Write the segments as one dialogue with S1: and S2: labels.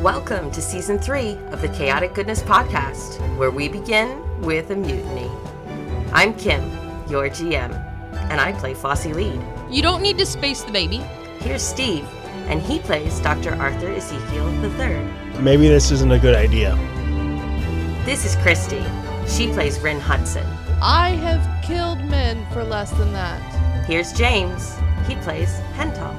S1: Welcome to season three of the Chaotic Goodness Podcast, where we begin with a mutiny. I'm Kim, your GM, and I play Flossie Lead.
S2: You don't need to space the baby.
S1: Here's Steve, and he plays Dr. Arthur Ezekiel III.
S3: Maybe this isn't a good idea.
S1: This is Christy. She plays Ren Hudson.
S4: I have killed men for less than that.
S1: Here's James. He plays Hental.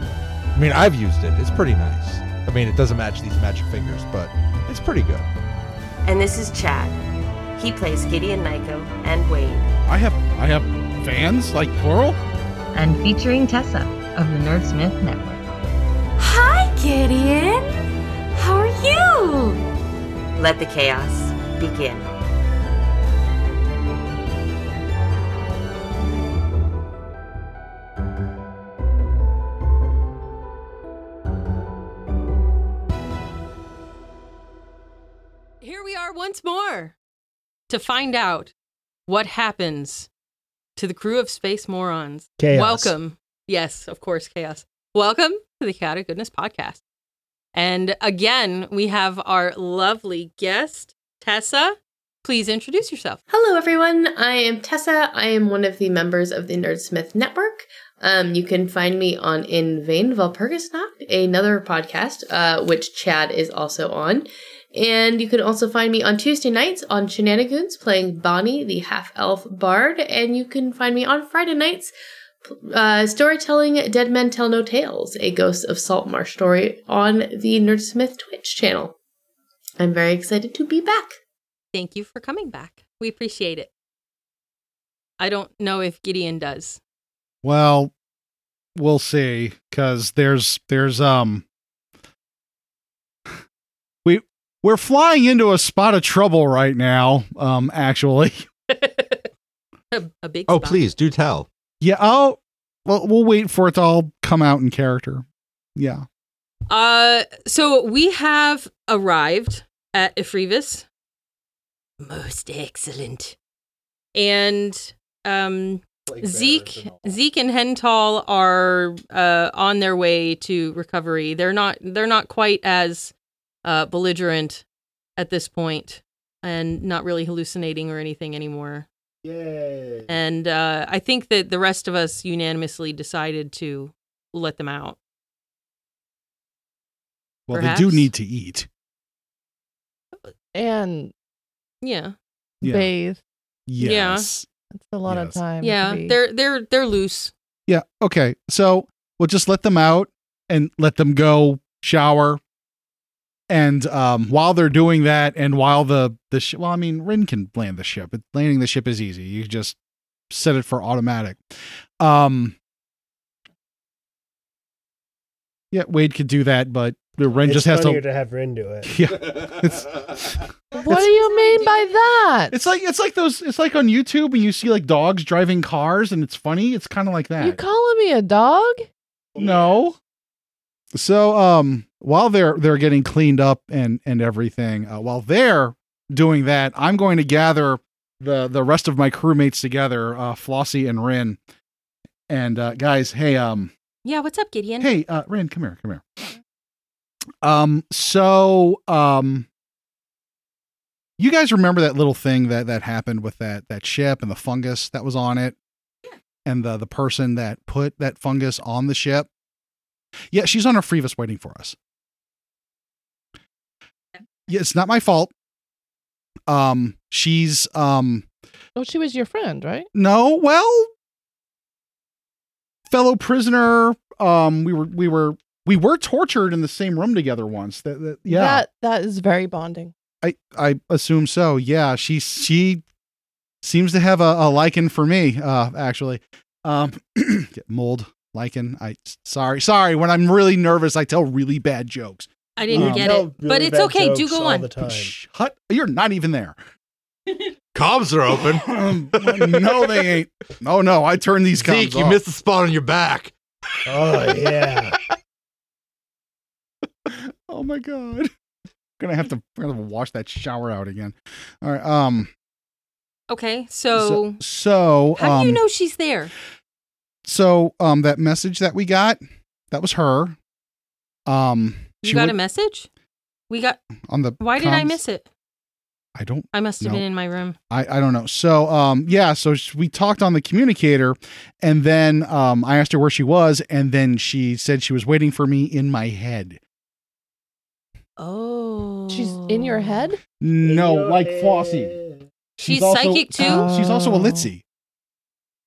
S5: I mean, I've used it. It's pretty nice. I mean, it doesn't match these magic fingers, but it's pretty good.
S1: And this is Chad. He plays Gideon Nyko and Wade.
S6: I have I have fans like plural.
S7: and featuring Tessa of the Nerdsmith Network.
S8: Hi, Gideon. How are you?
S1: Let the chaos begin.
S2: Here we are once more to find out what happens to the crew of Space Morons.
S3: Chaos.
S2: Welcome. Yes, of course, chaos. Welcome to the Chaotic Goodness Podcast. And again, we have our lovely guest, Tessa. Please introduce yourself.
S9: Hello, everyone. I am Tessa. I am one of the members of the Nerdsmith Network. Um, you can find me on In Vain Valpurgisnacht, another podcast, uh, which Chad is also on. And you can also find me on Tuesday nights on Shenanigans playing Bonnie, the half elf bard. And you can find me on Friday nights uh, storytelling Dead Men Tell No Tales, a Ghosts of Saltmarsh story on the Nerdsmith Twitch channel. I'm very excited to be back.
S2: Thank you for coming back. We appreciate it. I don't know if Gideon does.
S6: Well, we'll see cuz there's there's um we we're flying into a spot of trouble right now um actually.
S2: A, a big
S5: Oh,
S2: spot.
S5: please do tell.
S6: Yeah, oh well we'll wait for it to all come out in character. Yeah.
S2: Uh, so we have arrived at Ifrivis. Most excellent. And um, Zeke, Zeke, and Hental are uh, on their way to recovery. They're not. They're not quite as uh, belligerent at this point, and not really hallucinating or anything anymore.
S3: Yay.
S2: And uh, I think that the rest of us unanimously decided to let them out.
S6: Well,
S2: Perhaps.
S6: they do need to eat.
S4: And
S2: Yeah.
S6: Yeah.
S4: bathe.
S2: Yeah.
S6: yes.
S4: That's a lot
S6: Yes.
S4: of time. to
S2: Yeah,
S4: be-
S2: they're they're they're loose.
S6: Yeah. Okay. So we'll just let them out and let them go shower. And um, while they're doing that, and while the the sh- well, I mean, Rin can land the ship. It, landing the ship is easy. You just set it for automatic. Um, yeah, Wade could do that, but the Rin
S3: it's
S6: just has
S3: funnier
S6: to.
S3: to have Rin do it.
S6: Yeah.
S4: What do you mean by that?
S6: It's like it's like those. It's like on YouTube when you see like dogs driving cars, and it's funny. It's kind of like that.
S4: you calling me a dog?
S6: No. So um while they're they're getting cleaned up and and everything, uh, while they're doing that, I'm going to gather the the rest of my crewmates together, uh Flossie and Rin. And uh guys, hey um
S2: Yeah, what's up, Gideon?
S6: hey uh Rin, come here, come here. Um so um you guys remember that little thing that that happened with that that ship and the fungus that was on it? and the the person that put that fungus on the ship. Yeah, she's on her Frevis waiting for us. Yeah, it's not my fault. Um, she's um
S4: Oh, she was your friend, right?
S6: no, well, fellow prisoner. Um, we were we were we were tortured in the same room together once. That, that yeah,
S4: That that is very bonding.
S6: I I assume so. Yeah, she she seems to have a, a lichen for me. Uh, actually, um, get mold lichen. I sorry sorry. When I'm really nervous, I tell really bad jokes.
S2: I didn't
S6: Um,
S2: get
S3: Tell
S2: it,
S3: really
S2: but it's
S3: bad
S2: okay. Do
S3: jokes
S2: go
S3: all
S2: on.
S3: the time.
S6: Shh, Hut, you're not even there.
S5: Cobbs are open.
S6: no, they ain't. No, no, I turn these comms
S5: Zeke, you
S6: off.
S5: missed the spot on your back.
S3: Oh yeah.
S6: Oh my god. Gonna have to we're gonna have to wash that shower out again. All right. Um.
S2: Okay, so,
S6: so,
S2: how do you
S6: um,
S2: know she's there?
S6: so um that message that we got that was her um
S2: You
S6: she
S2: got
S6: went-
S2: a message? We got.
S6: on the.
S2: Why did I
S6: comms?
S2: miss it?
S6: I don't.
S2: I must have
S6: No.
S2: been in my room.
S6: I, I don't know. So um yeah, so sh- we talked on the communicator, and then um I asked her where she was, and then she said she was waiting for me in my head.
S2: Oh,
S4: She's in your head?
S6: No, like Flossie.
S2: She's,
S3: also-
S2: psychic too.
S6: She's also a litzy.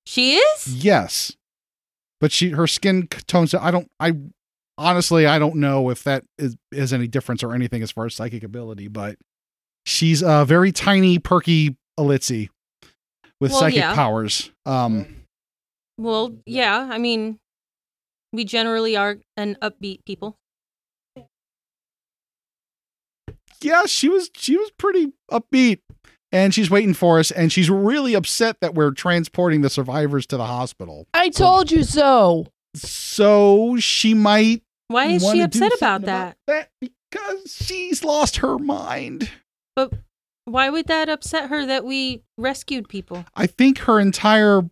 S2: she is.
S6: Yes, but she her skin c- tones. I don't. I honestly I don't know if that is, is any difference or anything as far as psychic ability, but she's a very tiny, perky Elitzy with
S2: Well,
S6: psychic
S2: yeah.
S6: powers. Um,
S2: Well, yeah. I mean, we generally are an upbeat people.
S6: yeah, she was she was pretty upbeat, and she's waiting for us, and she's really upset that we're transporting the survivors to the hospital.
S4: I told you so.
S6: So she might.
S2: Why is she
S6: wanna do
S2: upset about
S6: something
S2: that?
S6: That because she's lost her mind.
S2: Why would that upset her that we rescued people?
S6: I think her entire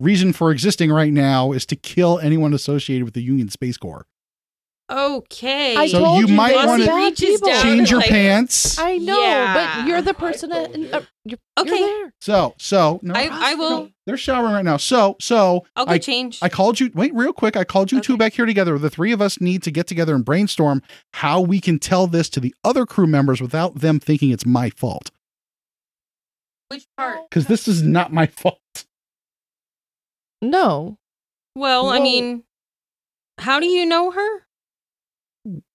S6: reason for existing right now is to kill anyone associated with the Union Space Corps.
S2: Okay.
S4: I
S6: So
S4: told
S6: you
S4: you
S6: might
S4: they were
S6: wanna
S4: bad
S2: reaches
S4: people.
S2: down
S6: Change your
S2: like-
S6: pants.
S4: I know,
S2: Yeah.
S4: but you're the person.
S3: I told
S4: in-
S3: you.
S4: uh, you're,
S2: Okay.
S4: you're there.
S6: So, so no,
S2: I, I will.
S6: they're showering right now. So, so
S2: I'll go
S6: I,
S2: change.
S6: I called you. Wait, real quick. I called you two
S2: Okay.
S6: back here together. The three of us need to get together and brainstorm how we can tell this to the other crew members without them thinking it's my fault.
S2: Which part?
S6: Because this is not my fault.
S4: No,
S2: Well, I
S3: Whoa.
S2: mean, how do you know her?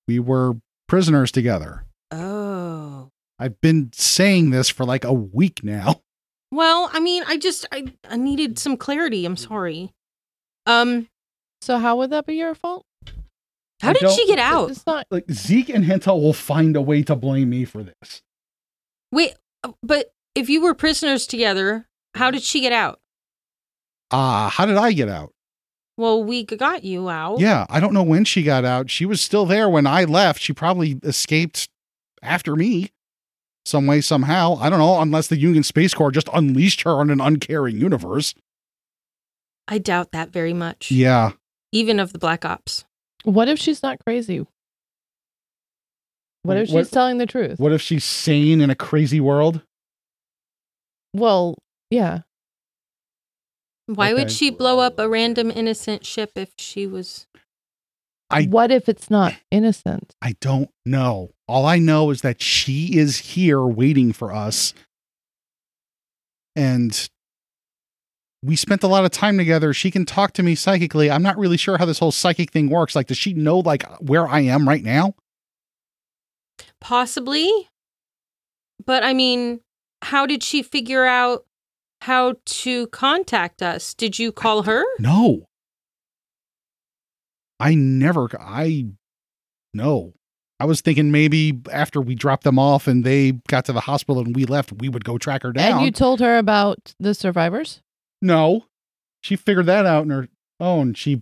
S6: We were prisoners together.
S2: Oh.
S6: I've been saying this for like a week now.
S2: Well, I mean, I just I, I needed some clarity. I'm sorry. Um,
S4: So how would that be your fault?
S2: how
S6: I
S2: did
S6: don't-
S2: she get out?
S4: It's not.
S6: Like Zeke and Hentel will find a way to blame me for this.
S2: Wait, uh, but if you were prisoners together, how did she get out?
S6: Ah, how did I get out?
S2: Well, we g- got you out.
S6: Yeah, I don't know when she got out. She was still there when I left. She probably escaped after me some way, somehow. I don't know, unless the Union Space Corps just unleashed her on an uncaring universe.
S2: I doubt that very much.
S6: Yeah.
S2: Even of the Black Ops.
S4: What if she's not crazy? What if
S6: What-
S4: she's telling the truth?
S6: What if she's sane in a crazy world?
S4: Well, yeah.
S2: Why would
S6: Okay.
S2: she blow up a random innocent ship if she was?
S6: I-
S4: what if it's not innocent?
S6: I don't know. All I know is that she is here waiting for us. And we spent a lot of time together. She can talk to me psychically. I'm not really sure how this whole psychic thing works. Like, does she know like where I am right now?
S2: Possibly. But I mean, how did she figure out how to contact us? Did you call her?
S6: No. I never I no. I was thinking maybe after we dropped them off and they got to the hospital and we left, we would go track her down.
S4: And you told her about the survivors?
S6: No. She figured that out on her own. She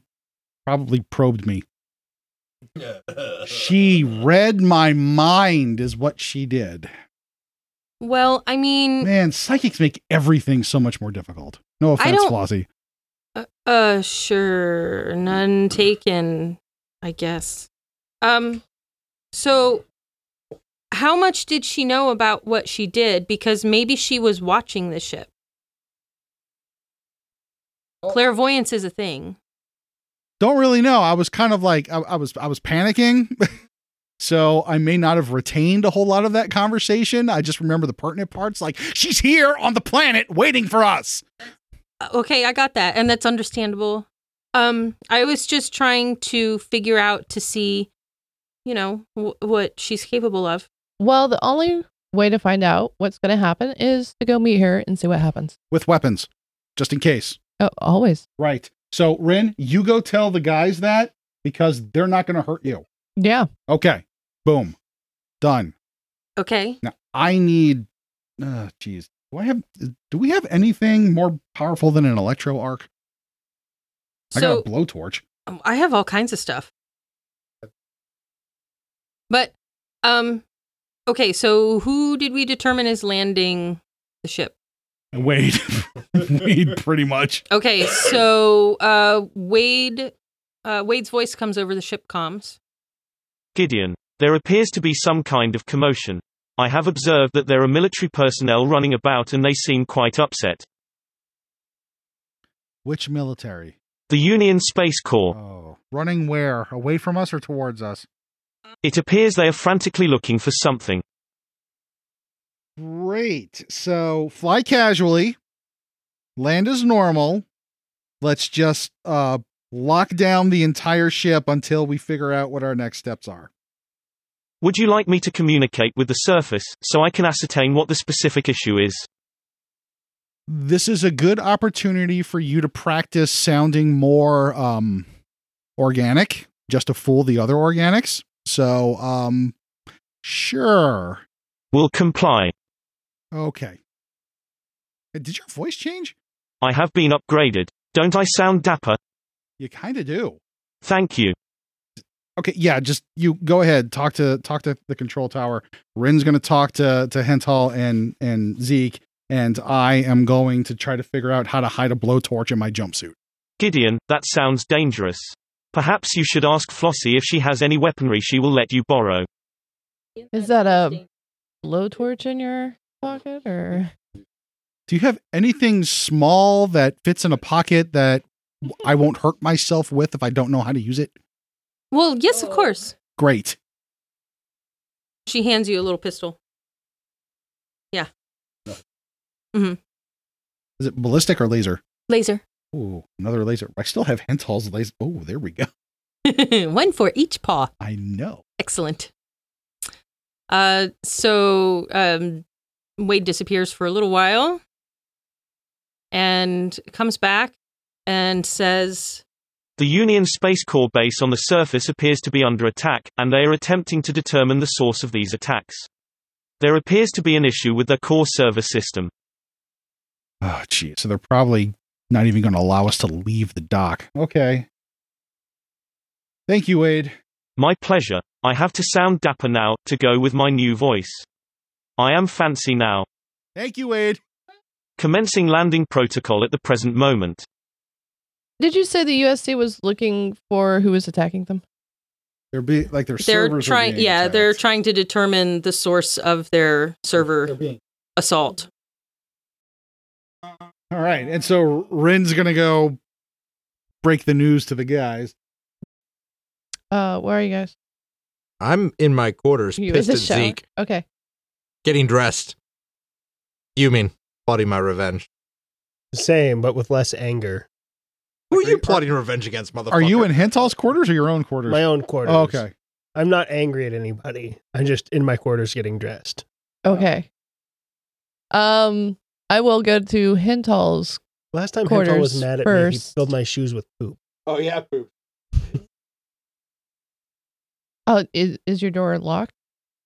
S6: probably probed me. She read my mind, is what she did.
S2: Well, I mean,
S6: Man, psychics make everything so much more difficult. No
S2: Mm. I
S6: offense,
S2: don't-
S6: Flossie.
S2: uh, uh sure, none taken, I guess. Um so how much did she know about what she did because maybe she was watching the ship? Clairvoyance is a thing.
S6: Don't really know. I was kind of like I, I was I was panicking. so I may not have retained a whole lot of that conversation. I just remember the pertinent parts like she's here on the planet waiting for us.
S2: okay i got that and that's understandable um i was just trying to figure out to see you know w- what she's capable of
S4: Well, the only way to find out what's going to happen is to go meet her and see what happens.
S6: With weapons. Just in case.
S4: Oh, always.
S6: Right. So, Rin, you go tell the guys that because they're not going to hurt you.
S4: Yeah.
S6: Okay. Boom. Done.
S2: okay
S6: Now, I need. Uh, Jeez. Do I have? Do we have anything more powerful than an electro arc? I got
S2: so
S6: a blowtorch.
S2: um, i have all kinds of stuff but um okay so who did we determine is landing the ship
S6: Wade. Wade, pretty much.
S2: okay so uh wade uh wade's voice comes over the ship comms
S10: Gideon, There appears to be some kind of commotion. I have observed that there are military personnel running about and they seem quite upset.
S6: Which military?
S10: The Union Space Corps.
S6: Oh, running where? Away from us or towards us?
S10: It appears they are frantically looking for something.
S6: Great. So fly casually. Land is normal. Let's just uh, lock down the entire ship until we figure out what our next steps are.
S10: Would you like me to communicate with the surface so I can ascertain what the specific issue is?
S6: This is a good opportunity for you to practice sounding more um, organic, just to fool the other organics. So, um, sure.
S10: Will comply.
S6: Okay. Uh, Did your voice change?
S10: I have been upgraded. Don't I sound dapper?
S6: You kind of do.
S10: Thank you.
S6: Okay, yeah, just you go ahead, talk to talk to the control tower. Rin's going to talk to to Hental and and Zeke and I am going to try to figure out how to hide a blowtorch in my jumpsuit.
S10: Gideon, that sounds dangerous. Perhaps you should ask Flossie if she has any weaponry she will let you borrow.
S4: Is that a blowtorch in your pocket or?
S6: Do you have anything small that fits in a pocket that I won't hurt myself with if I don't know how to use it?
S2: Well, yes, of course.
S6: Great.
S2: She hands you a little pistol.
S6: Is it ballistic or laser?
S2: Laser.
S6: Ooh, another laser. I still have Hental's laser. Oh, there we go.
S2: One for each paw.
S6: I know.
S2: Excellent. Uh, so um, Wade disappears for a little while and comes back and says,
S10: The Union Space Corps base on the surface appears to be under attack, and they are attempting to determine the source of these attacks. There appears to be an issue with the core server system.
S6: Oh, geez. So they're probably not even going to allow us to leave the dock. Okay. Thank you, Wade.
S10: My pleasure. I have to sound dapper now, to go with my new voice. I am fancy now.
S6: Thank you, Wade.
S10: Commencing landing protocol at the present moment.
S4: Did you say the USC was looking for who was attacking them?
S6: They're be like their
S2: they're
S6: servers are
S2: trying,
S6: being
S2: yeah,
S6: attacked.
S2: uh, they're trying to determine the source of their server assault.
S6: All right. And so Rin's going to go break the news to the guys.
S4: Uh, where are you guys?
S11: I'm in my quarters,
S4: You
S11: pissed
S4: in
S11: at
S4: the shower?
S11: Zeke,
S4: Okay.
S11: getting dressed. You mean plotting my revenge?
S3: Same, but with less anger.
S11: Who are you
S6: are-
S11: plotting revenge against, motherfucker?
S6: Are you in Hental's quarters or your own quarters?
S3: My own quarters.
S6: Oh, okay.
S3: I'm not angry at anybody. I'm just in my quarters getting dressed.
S4: Okay. Um, I will go to Hintal's.
S3: Last time Hental was
S4: Quarters
S3: mad at me, he
S4: first.
S3: filled my shoes with poop.
S5: Oh yeah, poop.
S4: Oh, is is your door locked?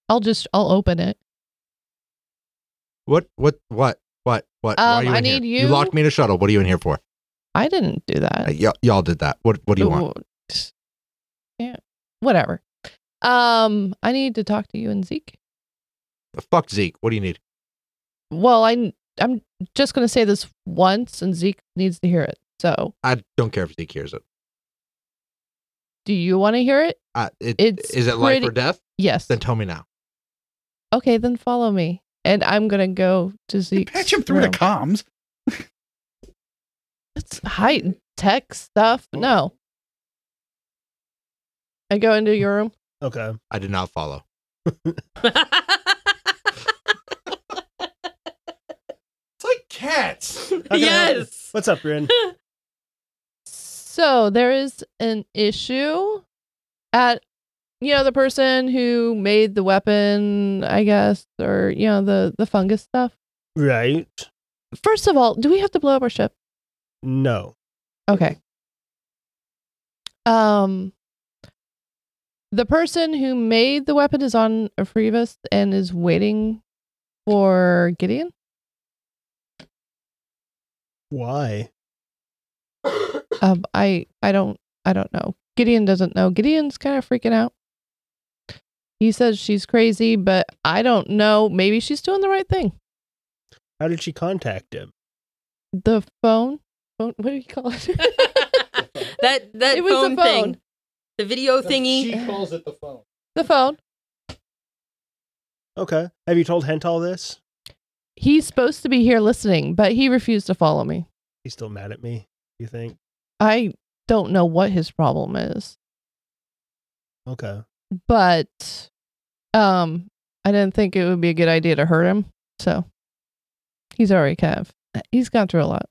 S4: I'll just I'll open it.
S11: What? What? What? What? What? Why are
S4: Um,
S11: you
S4: I
S11: in here?
S4: need
S11: You
S4: you-
S11: locked me in a shuttle. What are you in here for?
S4: I didn't do that.
S11: Uh, y- y'all did that. What? What do you want?
S4: Ooh, Yeah. Whatever. Um, I need to talk to you and Zeke.
S11: Fuck Zeke. What do you need?
S4: Well, I I'm just gonna say this once, and Zeke needs to hear it. So,
S11: I don't care if Zeke hears it.
S4: do you want to hear it?
S11: Uh, it
S4: It's
S11: is it life or
S4: pretty-
S11: death?
S4: Yes.
S11: Then tell me now.
S4: Okay, then follow me, and I'm gonna go to Zeke.
S6: Patch him through the comms.
S4: It's high tech stuff. No. I go into your room.
S3: Okay.
S11: I did not follow.
S5: It's like cats.
S2: yes.
S3: What's up, Rin?
S4: So there is an issue at you know the person who made the weapon, I guess, or you know the the fungus stuff.
S3: right.
S4: First of all, do we have to blow up our ship?
S3: No.
S4: Okay. Um the person who made the weapon is on Afrivis and is waiting for Gideon.
S3: Why?
S4: Um, I I don't I don't know. Gideon doesn't know. Gideon's kind of freaking out. He says she's crazy, but I don't know. Maybe she's doing the right thing.
S3: How did she contact him?
S4: The phone, phone. What do you call it?
S2: that that
S4: It was a
S2: phone,
S4: phone.
S2: thing, the video thingy.
S5: She calls it the phone.
S4: the phone.
S12: Okay. Have you told Hental this?
S4: He's supposed to be here listening, but he refused to follow me.
S12: He's still mad at me, you think?
S4: I don't know what his problem is,
S12: Okay.
S4: but um I didn't think it would be a good idea to hurt him. So he's already kind of he's gone through a lot.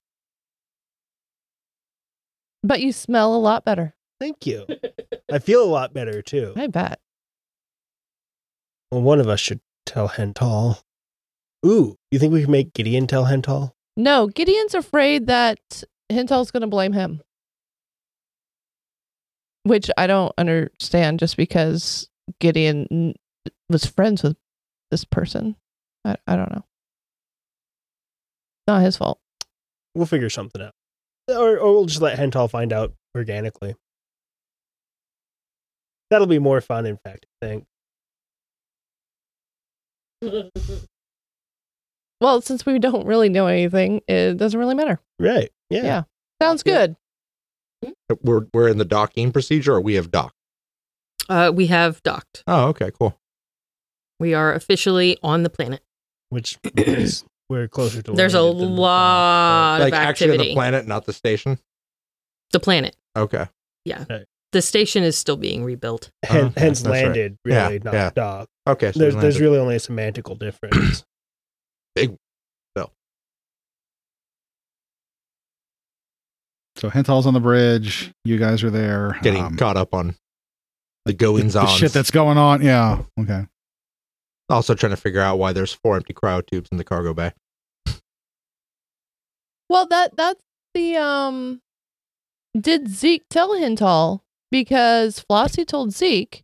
S4: But you smell a lot better.
S12: Thank you. I feel a lot better too.
S4: I bet.
S12: Well, one of us should tell Hental. Ooh, you think we can make Gideon tell Hental?
S4: No, Gideon's afraid that Hintel's going to blame him. Which I don't understand just because Gideon n- was friends with this person. I, I don't know. Not his fault.
S12: We'll figure something out. Or, or we'll just let Hental find out organically. That'll be more fun, in fact, I think.
S4: Well, since we don't really know anything, it doesn't really matter.
S12: Right.
S4: Yeah. Sounds good.
S11: We're we're in the docking procedure, or we have docked.
S2: Uh, we have docked.
S11: Oh, okay, cool.
S2: We are officially on the planet.
S12: Which is, we're closer to
S2: There's a
S12: landed than-
S2: lot
S11: like
S2: of
S11: actually
S2: activity.
S11: the planet, not the station.
S2: The planet,
S11: Okay.
S2: Yeah.
S12: Right.
S2: The station is still being rebuilt.
S12: Hen-
S11: Okay,
S12: hence
S11: Oh, that's right.
S12: landed,
S11: Yeah,
S12: really, not
S11: yeah.
S12: dock.
S11: Okay, so we
S12: there's, there's
S11: landed.
S12: really only a semantical difference.
S11: Big. So
S6: So Hental's on the bridge. You guys are there.
S11: getting
S6: Um,
S11: caught up on the goings
S6: the
S11: on.
S6: shit that's going on. Yeah. Okay.
S11: also trying to figure out why there's four empty cryo tubes in the cargo bay.
S4: Well, that that's the um. Did Zeke tell Hintal because Flossie told Zeke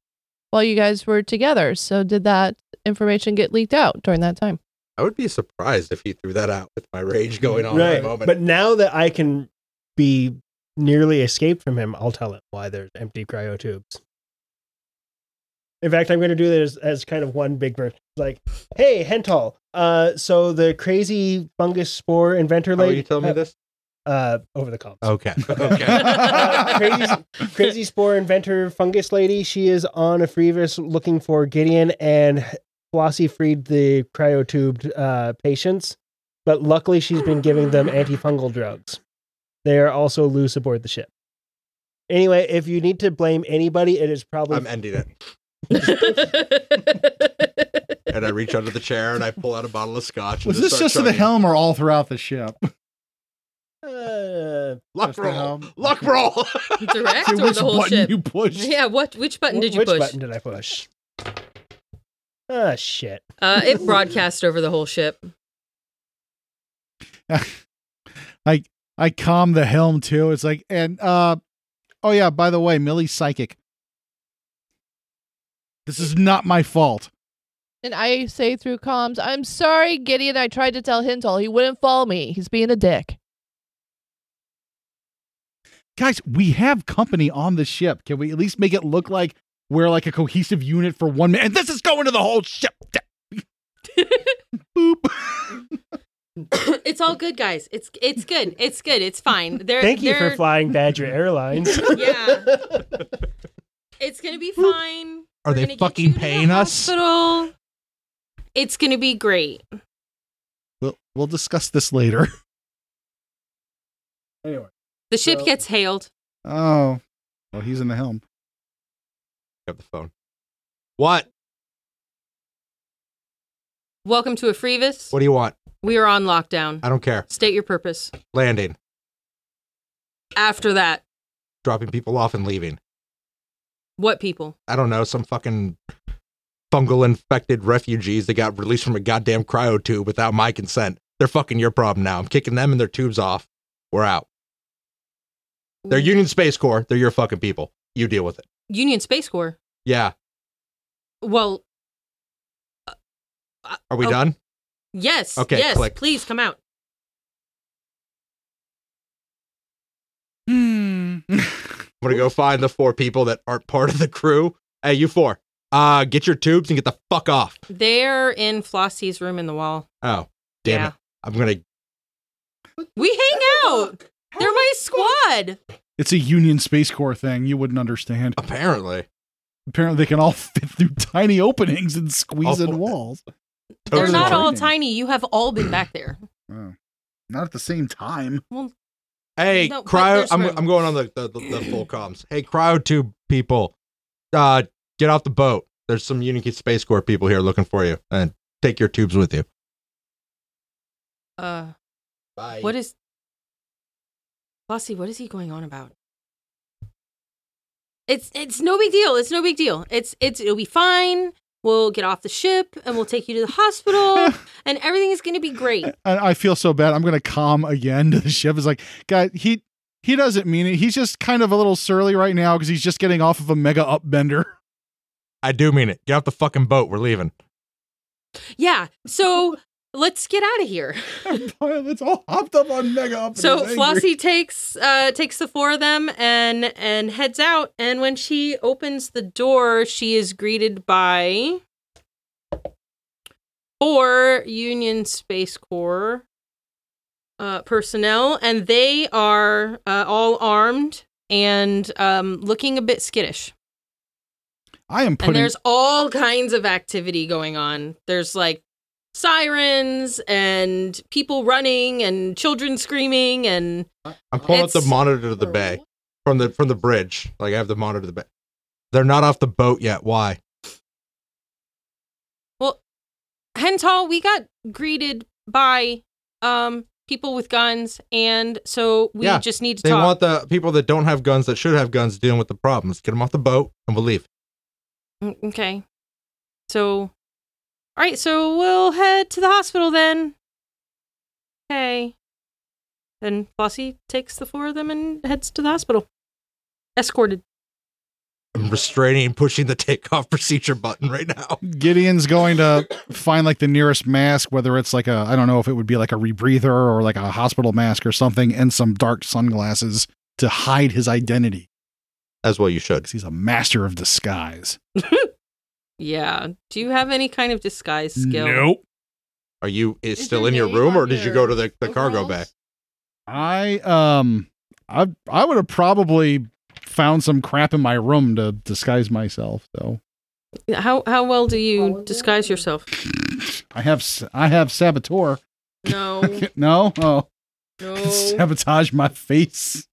S4: while you guys were together? So did that information get leaked out during that time?
S11: I would be surprised if he threw that out with my rage going on at
S12: right.
S11: the moment.
S12: But now that I can be nearly escaped from him, I'll tell him why there's empty cryo tubes. In fact, I'm going to do this as kind of one big version. Like, hey, Hental, uh, so the crazy fungus spore inventor
S11: How
S12: lady.
S11: will Oh, you tell me this?
S12: Uh, over the comms.
S11: Okay. Okay.
S12: Uh, crazy, crazy spore inventor fungus lady. She is on a Freevis looking for Gideon and Flossie freed the cryotubed uh, patients, but luckily she's been giving them antifungal drugs. They are also loose aboard the ship. Anyway, if you need to blame anybody, it is probably
S11: I'm ending it. and I reach under the chair and I pull out a bottle of scotch. and
S6: Was this
S11: start
S6: just to the
S11: chugging.
S6: helm or all throughout the ship?
S12: Uh,
S11: Luck
S6: Just the
S11: roll.
S6: helm?
S11: Luck roll.
S2: Direct
S6: So
S2: or
S6: which
S2: the whole
S6: button
S2: ship?
S6: you pushed?
S2: Yeah. What? Which button
S12: Wh-
S2: did you
S12: which
S2: push?
S12: button did I push? Ah, shit.
S2: Uh, it broadcast over the whole ship.
S6: I I calm the helm too. It's like and uh oh yeah, by the way, Millie's psychic. This is not my fault.
S4: And I say through comms, I'm sorry, Gideon. I tried to tell Hintal he wouldn't follow me. He's being a dick.
S6: Guys, we have company on the ship. Can we at least make it look like we're like a cohesive unit for one minute? And this is going to the whole ship.
S2: it's all good, guys. It's it's good. It's good. It's fine. They're,
S12: Thank you
S2: they're,
S12: for flying Badger Airlines.
S2: Yeah. It's gonna be fine.
S11: Are they fucking paying us?
S2: Hospital. It's gonna be great.
S6: We'll we'll discuss this later. Anyway.
S2: The ship
S6: So-
S2: gets hailed.
S6: Oh. Well, he's in the helm.
S11: Pick up the phone. What?
S2: Welcome to Afrevis.
S11: What do you want?
S2: We are on lockdown.
S11: I don't care.
S2: State your purpose.
S11: Landing,
S2: After that,
S11: dropping people off and leaving.
S2: what people?
S11: I don't know, some fucking fungal infected refugees that got released from a goddamn cryo tube without my consent. They're fucking your problem now. I'm kicking them and their tubes off. We're out. They're Union Space Corps. They're your fucking people. You deal with it.
S2: Union Space Corps.
S11: Yeah.
S2: Well,
S11: Are we
S2: Oh.
S11: done?
S2: yes.
S11: Okay,
S2: Yes.
S11: click.
S2: Please come out.
S6: Hmm.
S11: I'm gonna go find the four people that aren't part of the crew. Hey, you four. Uh get your tubes and get the fuck off.
S2: They're in Flossie's room in the wall.
S11: Oh, damn it. I'm gonna
S2: We hang out. They're my squad.
S6: It's a Union Space Corps thing. You wouldn't understand.
S11: Apparently.
S6: Apparently, they can all fit through tiny openings and squeeze in walls.
S2: They're
S6: Totally
S2: not all
S6: frightening.
S2: tiny. You have all been back there.
S6: Oh. Not at the same time.
S2: Well,
S11: Hey,
S2: No, but
S11: cryo.
S2: there's
S11: I'm,
S2: room.
S11: I'm going on the, the, the, the full comms. Hey, cryo tube people, uh, get off the boat. There's some Unique Space Corps people here looking for you, and take your tubes with you.
S2: Uh,
S11: Bye.
S2: What is Flossie? What is he going on about? It's it's no big deal. It's no big deal. It's it's it'll be fine. We'll get off the ship and we'll take you to the hospital, and everything is going to be great.
S6: And I feel so bad. I'm going to calm again to the ship. It's like, guy, he he doesn't mean it. He's just kind of a little surly right now because he's just getting off of a mega upbender.
S11: I do mean it. Get off the fucking boat. We're leaving.
S2: Yeah. So let's get out of here.
S6: It's all hopped up on mega up.
S2: So Flossie takes uh takes the four of them and and heads out and when she opens the door she is greeted by four Union Space Corps uh personnel and they are uh, all armed and um looking a bit skittish.
S6: I am putting.
S2: And there's all kinds of activity going on. There's like sirens and people running and children screaming and
S11: I'm pulling up
S2: It's-
S11: the monitor to the bay from the from the bridge. Like I have the monitor to the bay. They're not off the boat yet. Why?
S2: Well, Hental, we got greeted by um people with guns, and so we just need to
S11: they
S2: talk.
S11: want the people that don't have guns that should have guns dealing with the problems. Get them off the boat and we'll leave.
S2: Mm, okay. So, all right. So we'll head to the hospital then. Okay. Then Flossie takes the four of them and heads to the hospital, escorted.
S11: I'm restraining and pushing the takeoff procedure button right now.
S6: Gideon's going to find like the nearest mask, whether it's like a I don't know if it would be like a rebreather or like a hospital mask or something, and some dark sunglasses to hide his identity.
S11: As well, you should.
S6: He's a master of disguise.
S2: Yeah. Do you have any kind of disguise skill?
S11: Are you is still in your room or did you go to the, the cargo bay?
S6: I um I I would have probably found some crap in my room to disguise myself though.
S2: How how well do you disguise yourself?
S6: I have s- I have saboteur.
S2: No.
S6: no? Oh.
S2: No.
S6: Sabotage my face.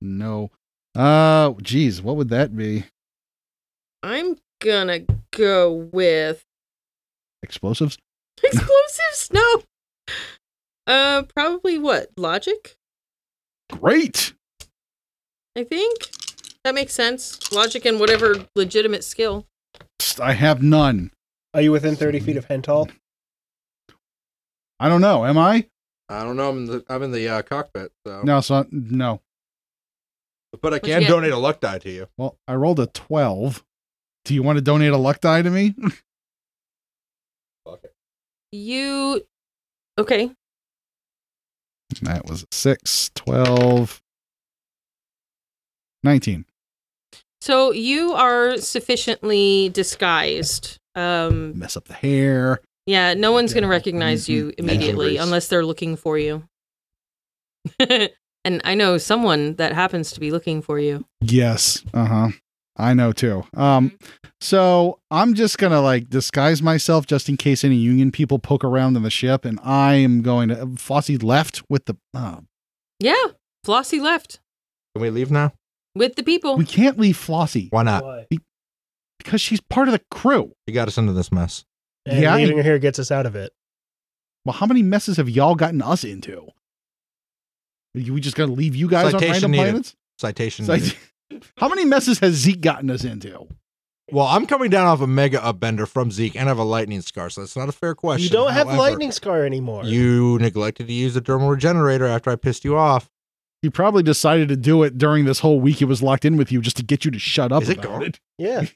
S6: No. Uh geez, what would that be?
S2: I'm gonna go with
S6: Explosives?
S2: explosives. no. Uh, probably what logic?
S6: Great.
S2: I think that makes sense. Logic and whatever legitimate skill.
S6: Psst, I have none.
S12: Are you within 30 feet of Hental?
S6: I don't know. Am I?
S11: I don't know. I'm in the I'm in the uh, cockpit, so
S6: No, so no.
S11: but I
S2: What'd
S11: can
S2: you get?
S11: donate a luck die to you.
S6: Well, I rolled a 12. Do you want to donate a luck die to me?
S2: You okay?
S6: that was 6, 12, 19.
S2: So you are sufficiently disguised. Um,
S6: Mess up the hair.
S2: yeah, no one's gonna recognize you
S6: Mhm.
S2: immediately
S6: Measures.
S2: unless they're looking for you. and I know someone that happens to be looking for you.
S6: Yes. Uh huh. I know too. Um, so I'm just gonna like disguise myself just in case any Union people poke around in the ship, and I am going to. uh, Flossie left with the. Uh,
S2: Yeah, Flossie left
S11: Can we leave now?
S2: with the people.
S6: we can't leave Flossie
S11: Why not?
S6: Be- because she's part of the crew.
S11: You got us into this mess.
S12: And
S6: Yeah, I-
S12: leaving her here gets us out of it.
S6: Well, how many messes have y'all gotten us into? Are you- we just gonna leave you guys on random
S11: needed.
S6: planets?
S11: Citation.
S6: Cit-
S11: needed.
S6: how many messes has Zeke gotten us into?
S11: Well, I'm coming down off a mega upbender from Zeke and I have a lightning scar, so that's not a fair question.
S12: You don't have
S11: However,
S12: lightning scar anymore.
S11: You neglected to use the dermal regenerator after I pissed you off.
S6: He probably decided to do it during this whole week. It was locked in with you just to get you to shut up.
S11: Is it
S6: about
S11: gone?
S12: yeah.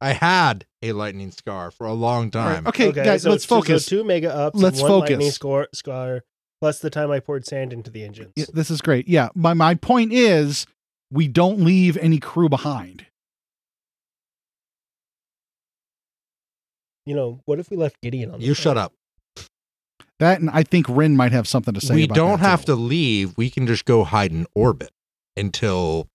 S11: I had a lightning scar for a long time.
S6: Okay, guys,
S12: so
S6: let's
S12: two- so
S6: focus.
S12: two mega ups.
S6: Let's
S12: one Lightning
S6: focus.
S12: score, scar plus the time I poured sand into the engines.
S6: Yeah, this is great. Yeah, my my point is we don't leave any crew behind.
S12: You know, what if we left Gideon on? The
S11: You shut up.
S6: That and I think Rin might have something to say.
S11: We
S6: about
S11: don't
S6: that,
S11: have
S6: too.
S11: to leave. We can just go hide in orbit until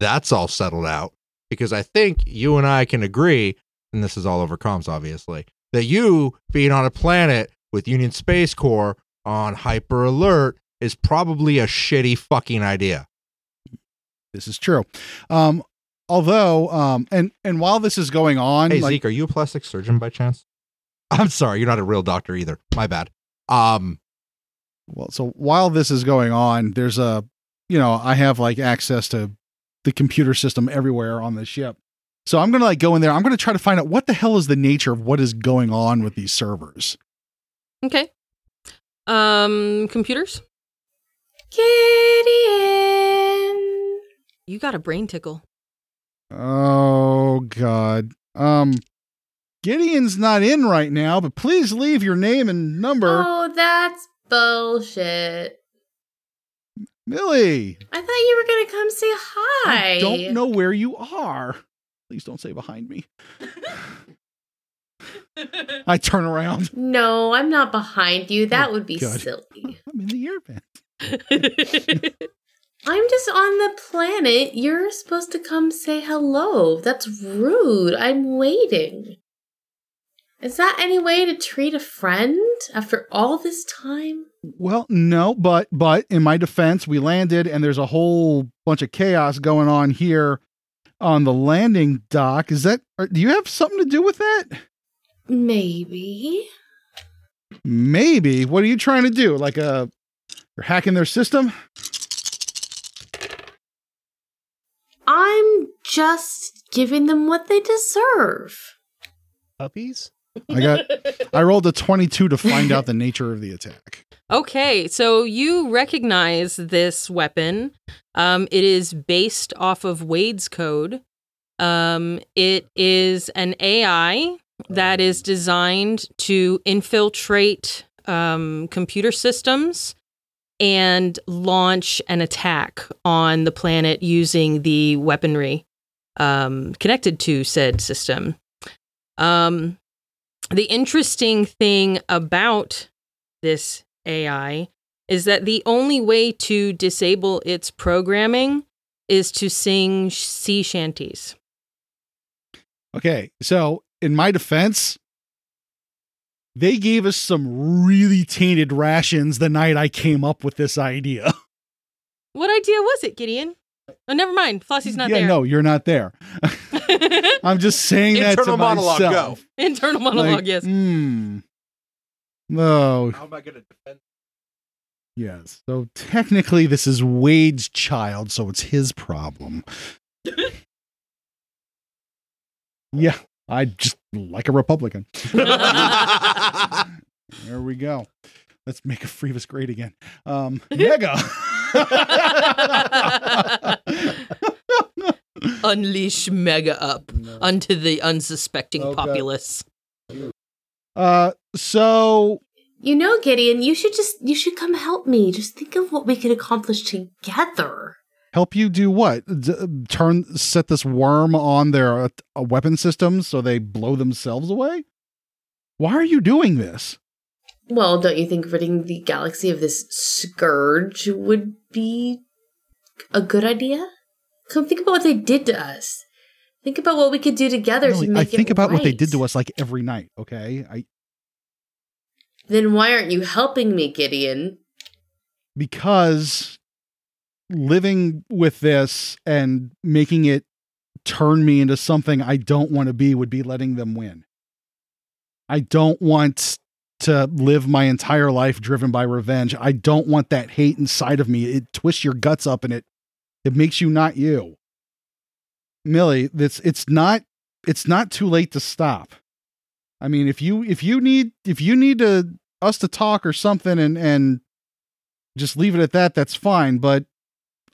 S11: that's all settled out. because I think you and I can agree, and this is all over comms, obviously, that you being on a planet with Union Space Corps on hyper alert is probably a shitty fucking idea.
S6: This is true. Um, although, um, and and while this is going on,
S11: Hey,
S6: like-
S11: Zeke, are you a plastic surgeon by chance? I'm sorry, you're not a real doctor either. My bad. Um,
S6: well, so while this is going on, there's a, you know, I have like access to the computer system everywhere on the ship. So I'm gonna like go in there. I'm gonna try to find out what the hell is the nature of what is going on with these servers.
S2: Okay. Um, computers.
S9: Gideon.
S2: You got a brain tickle.
S6: Oh God. Um, Gideon's not in right now, but please leave your name and number.
S9: Oh, that's bullshit.
S6: Millie,
S9: I thought you were gonna come say hi.
S6: I don't know where you are. Please don't say behind me. I turn around.
S9: No, I'm not behind you. That would be
S6: Oh, God.
S9: silly.
S6: I'm in the earband.
S9: I'm just on the planet. You're supposed to come say hello. That's rude. I'm waiting. Is that any way to treat a friend after all this time?
S6: Well, no, but but in my defense, we landed and there's a whole bunch of chaos going on here on the landing dock. Is that or do you have something to do with that?
S9: Maybe.
S6: Maybe. What are you trying to do? Like a you're hacking their system?
S9: I'm just giving them what they deserve.
S12: Puppies?
S6: I got I rolled a 22 to find out the nature of the attack.
S2: Okay, so you recognize this weapon. Um, it is based off of Wade's code. Um, it is an AI that is designed to infiltrate um, computer systems and launch an attack on the planet using the weaponry um, connected to said system. Um, the interesting thing about this AI is that the only way to disable its programming is to sing sh- sea shanties.
S6: Okay, so in my defense, they gave us some really tainted rations the night I came up with this idea.
S2: What idea was it, Gideon? Oh, never mind. Flossie's not
S6: yeah,
S2: there.
S6: no, you're not there. I'm just saying that to
S11: Internal monologue, go.
S6: myself.
S2: Internal monologue,
S6: Like,
S2: yes.
S6: hmm. No.
S11: How am I going to defend?
S6: Yes. So technically, this is Wade's child, so it's his problem. yeah, I just like a Republican. there we go. Let's make a Freebus great again. Um, mega.
S2: Unleash Mega Up unto the unsuspecting
S6: Oh, God.
S2: populace.
S6: Uh, so
S9: You know, Gideon, you should just you should come help me. Just think of what we could accomplish together.
S6: help you do what? D- turn set this worm on their uh, uh, weapon systems so they blow themselves away? Why are you doing this?
S9: Well, don't you think ridding the galaxy of this scourge would be a good idea? Come think about what they did to us. Think about what we could do together
S6: Really,
S9: to
S6: I
S9: make
S6: think
S9: it
S6: about what they
S9: right.
S6: did to us like every night. Okay, I
S9: Then why aren't you helping me, Gideon?
S6: because living with this and making it turn me into something I don't want to be would be letting them win. I don't want to live my entire life driven by revenge. I don't want that hate inside of me. It twists your guts up and it it makes you not you. Millie, that's it's not it's not too late to stop. I mean, if you if you need if you need to us to talk or something and and just leave it at that, that's fine. But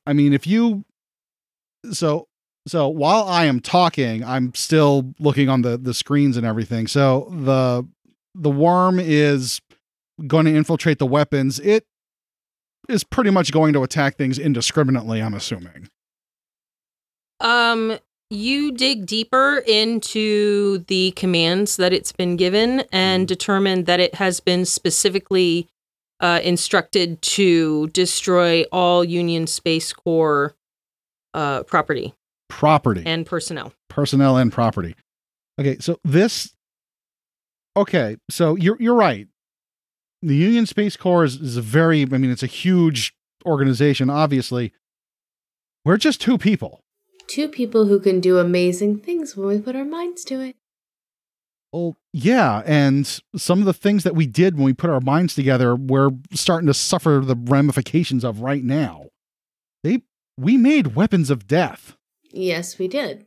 S6: I mean, if you so so while I am talking, I'm still looking on the the screens and everything. So the the worm is going to infiltrate the weapons. It is pretty much going to attack things indiscriminately, I'm assuming.
S2: Um, you dig deeper into the commands that it's been given
S6: Mm-hmm.
S2: and determine that it has been specifically uh, instructed to destroy all Union Space Corps uh, property
S6: property,
S2: and personnel.
S6: personnel, and property. Okay, so this. Okay, so you're you're right. The Union Space Corps is, is a very. I mean, it's a huge organization. Obviously, we're just two people.
S9: Two people who can do amazing things when we put our minds to it.
S6: Well, yeah, and some of the things that we did when we put our minds together, we're starting to suffer the ramifications of right now. They we made weapons of death,
S9: Yes, we did.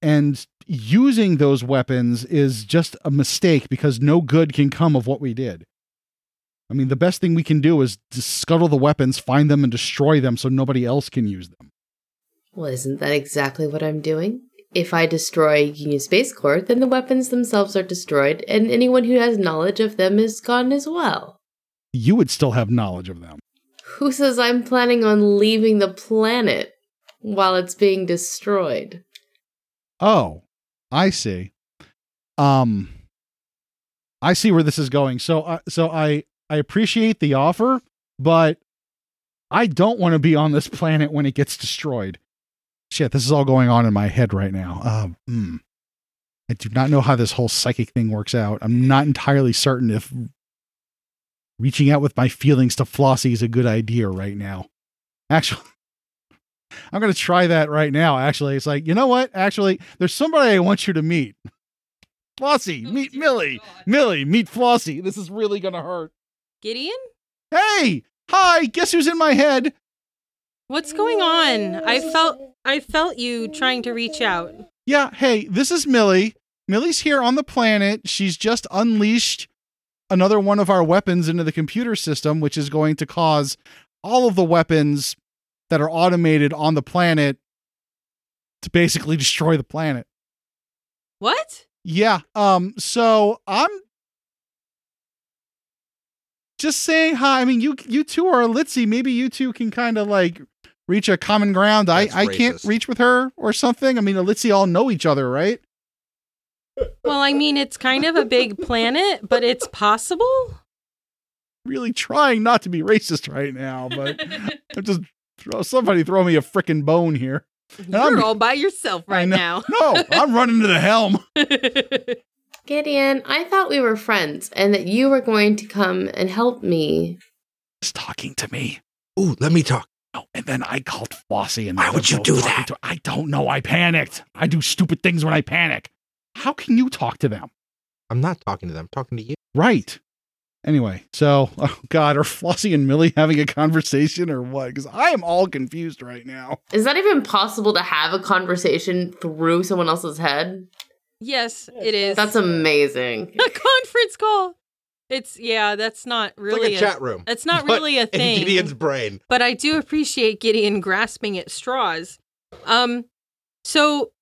S6: and using those weapons is just a mistake because no good can come of what we did. I mean, the best thing we can do is to scuttle the weapons, find them, and destroy them so nobody else can use them.
S9: Well, isn't that exactly what I'm doing? If I destroy Union Space Corps, then the weapons themselves are destroyed, and anyone who has knowledge of them is gone as well.
S6: You would still have knowledge of them.
S9: Who says I'm planning on leaving the planet while it's being destroyed?
S6: Oh, I see. Um, I see where this is going. So, I so I I appreciate the offer, but I don't want to be on this planet when it gets destroyed. Shit, this is all going on in my head right now. Um, mm. I do not know how this whole psychic thing works out. I'm not entirely certain if reaching out with my feelings to Flossie is a good idea right now. Actually, I'm going to try that right now. Actually, it's like, you know what? Actually, there's somebody I want you to meet. Flossie, meet Millie. Millie, meet Flossie. This is really going to hurt.
S2: Gideon,
S6: Hey, hi, guess who's in my head?
S2: what's going on? I felt I felt you trying to reach out.
S6: Yeah, hey, this is Millie. Millie's here on the planet. She's just unleashed another one of our weapons into the computer system, which is going to cause all of the weapons that are automated on the planet to basically destroy the planet.
S2: What?
S6: Yeah. Um. So I'm just saying hi. I mean, you you two are a litzy. Maybe you two can kind of like reach a common ground. I
S11: That's
S6: I can't
S11: racist.
S6: reach with her or something. I mean, a litzy all know each other, right?
S2: Well, I mean, it's kind of a big planet, but it's possible.
S6: Really trying not to be racist right now, but I'm just throw somebody throw me a frickin' bone here. And
S2: You're
S6: I'm-
S2: all by yourself
S6: I
S2: right
S6: know-
S2: now.
S6: no, I'm running to the helm.
S9: Gideon, I thought we were friends and that you were going to come and help me.
S6: He's talking to me.
S11: Ooh, let me talk.
S6: Oh, and then I called Flossie. And
S11: Why
S6: they were
S11: would you
S6: both
S11: do
S6: talking
S11: that?
S6: to- I don't know. I panicked. I do stupid things when I panic. How can you talk to them?
S11: I'm not talking to them. I'm talking to you.
S6: Right. Anyway, so oh God, are Flossie and Millie having a conversation or what? Because I am all confused right now.
S9: Is that even possible to have a conversation through someone else's head?
S2: Yes, it is.
S9: That's amazing.
S2: a conference call. It's yeah, that's not really
S11: it's like a, chat room.
S2: It's not
S11: but
S2: really a
S11: in
S2: thing.
S11: Gideon's brain.
S2: but I do appreciate Gideon grasping at straws. Um, so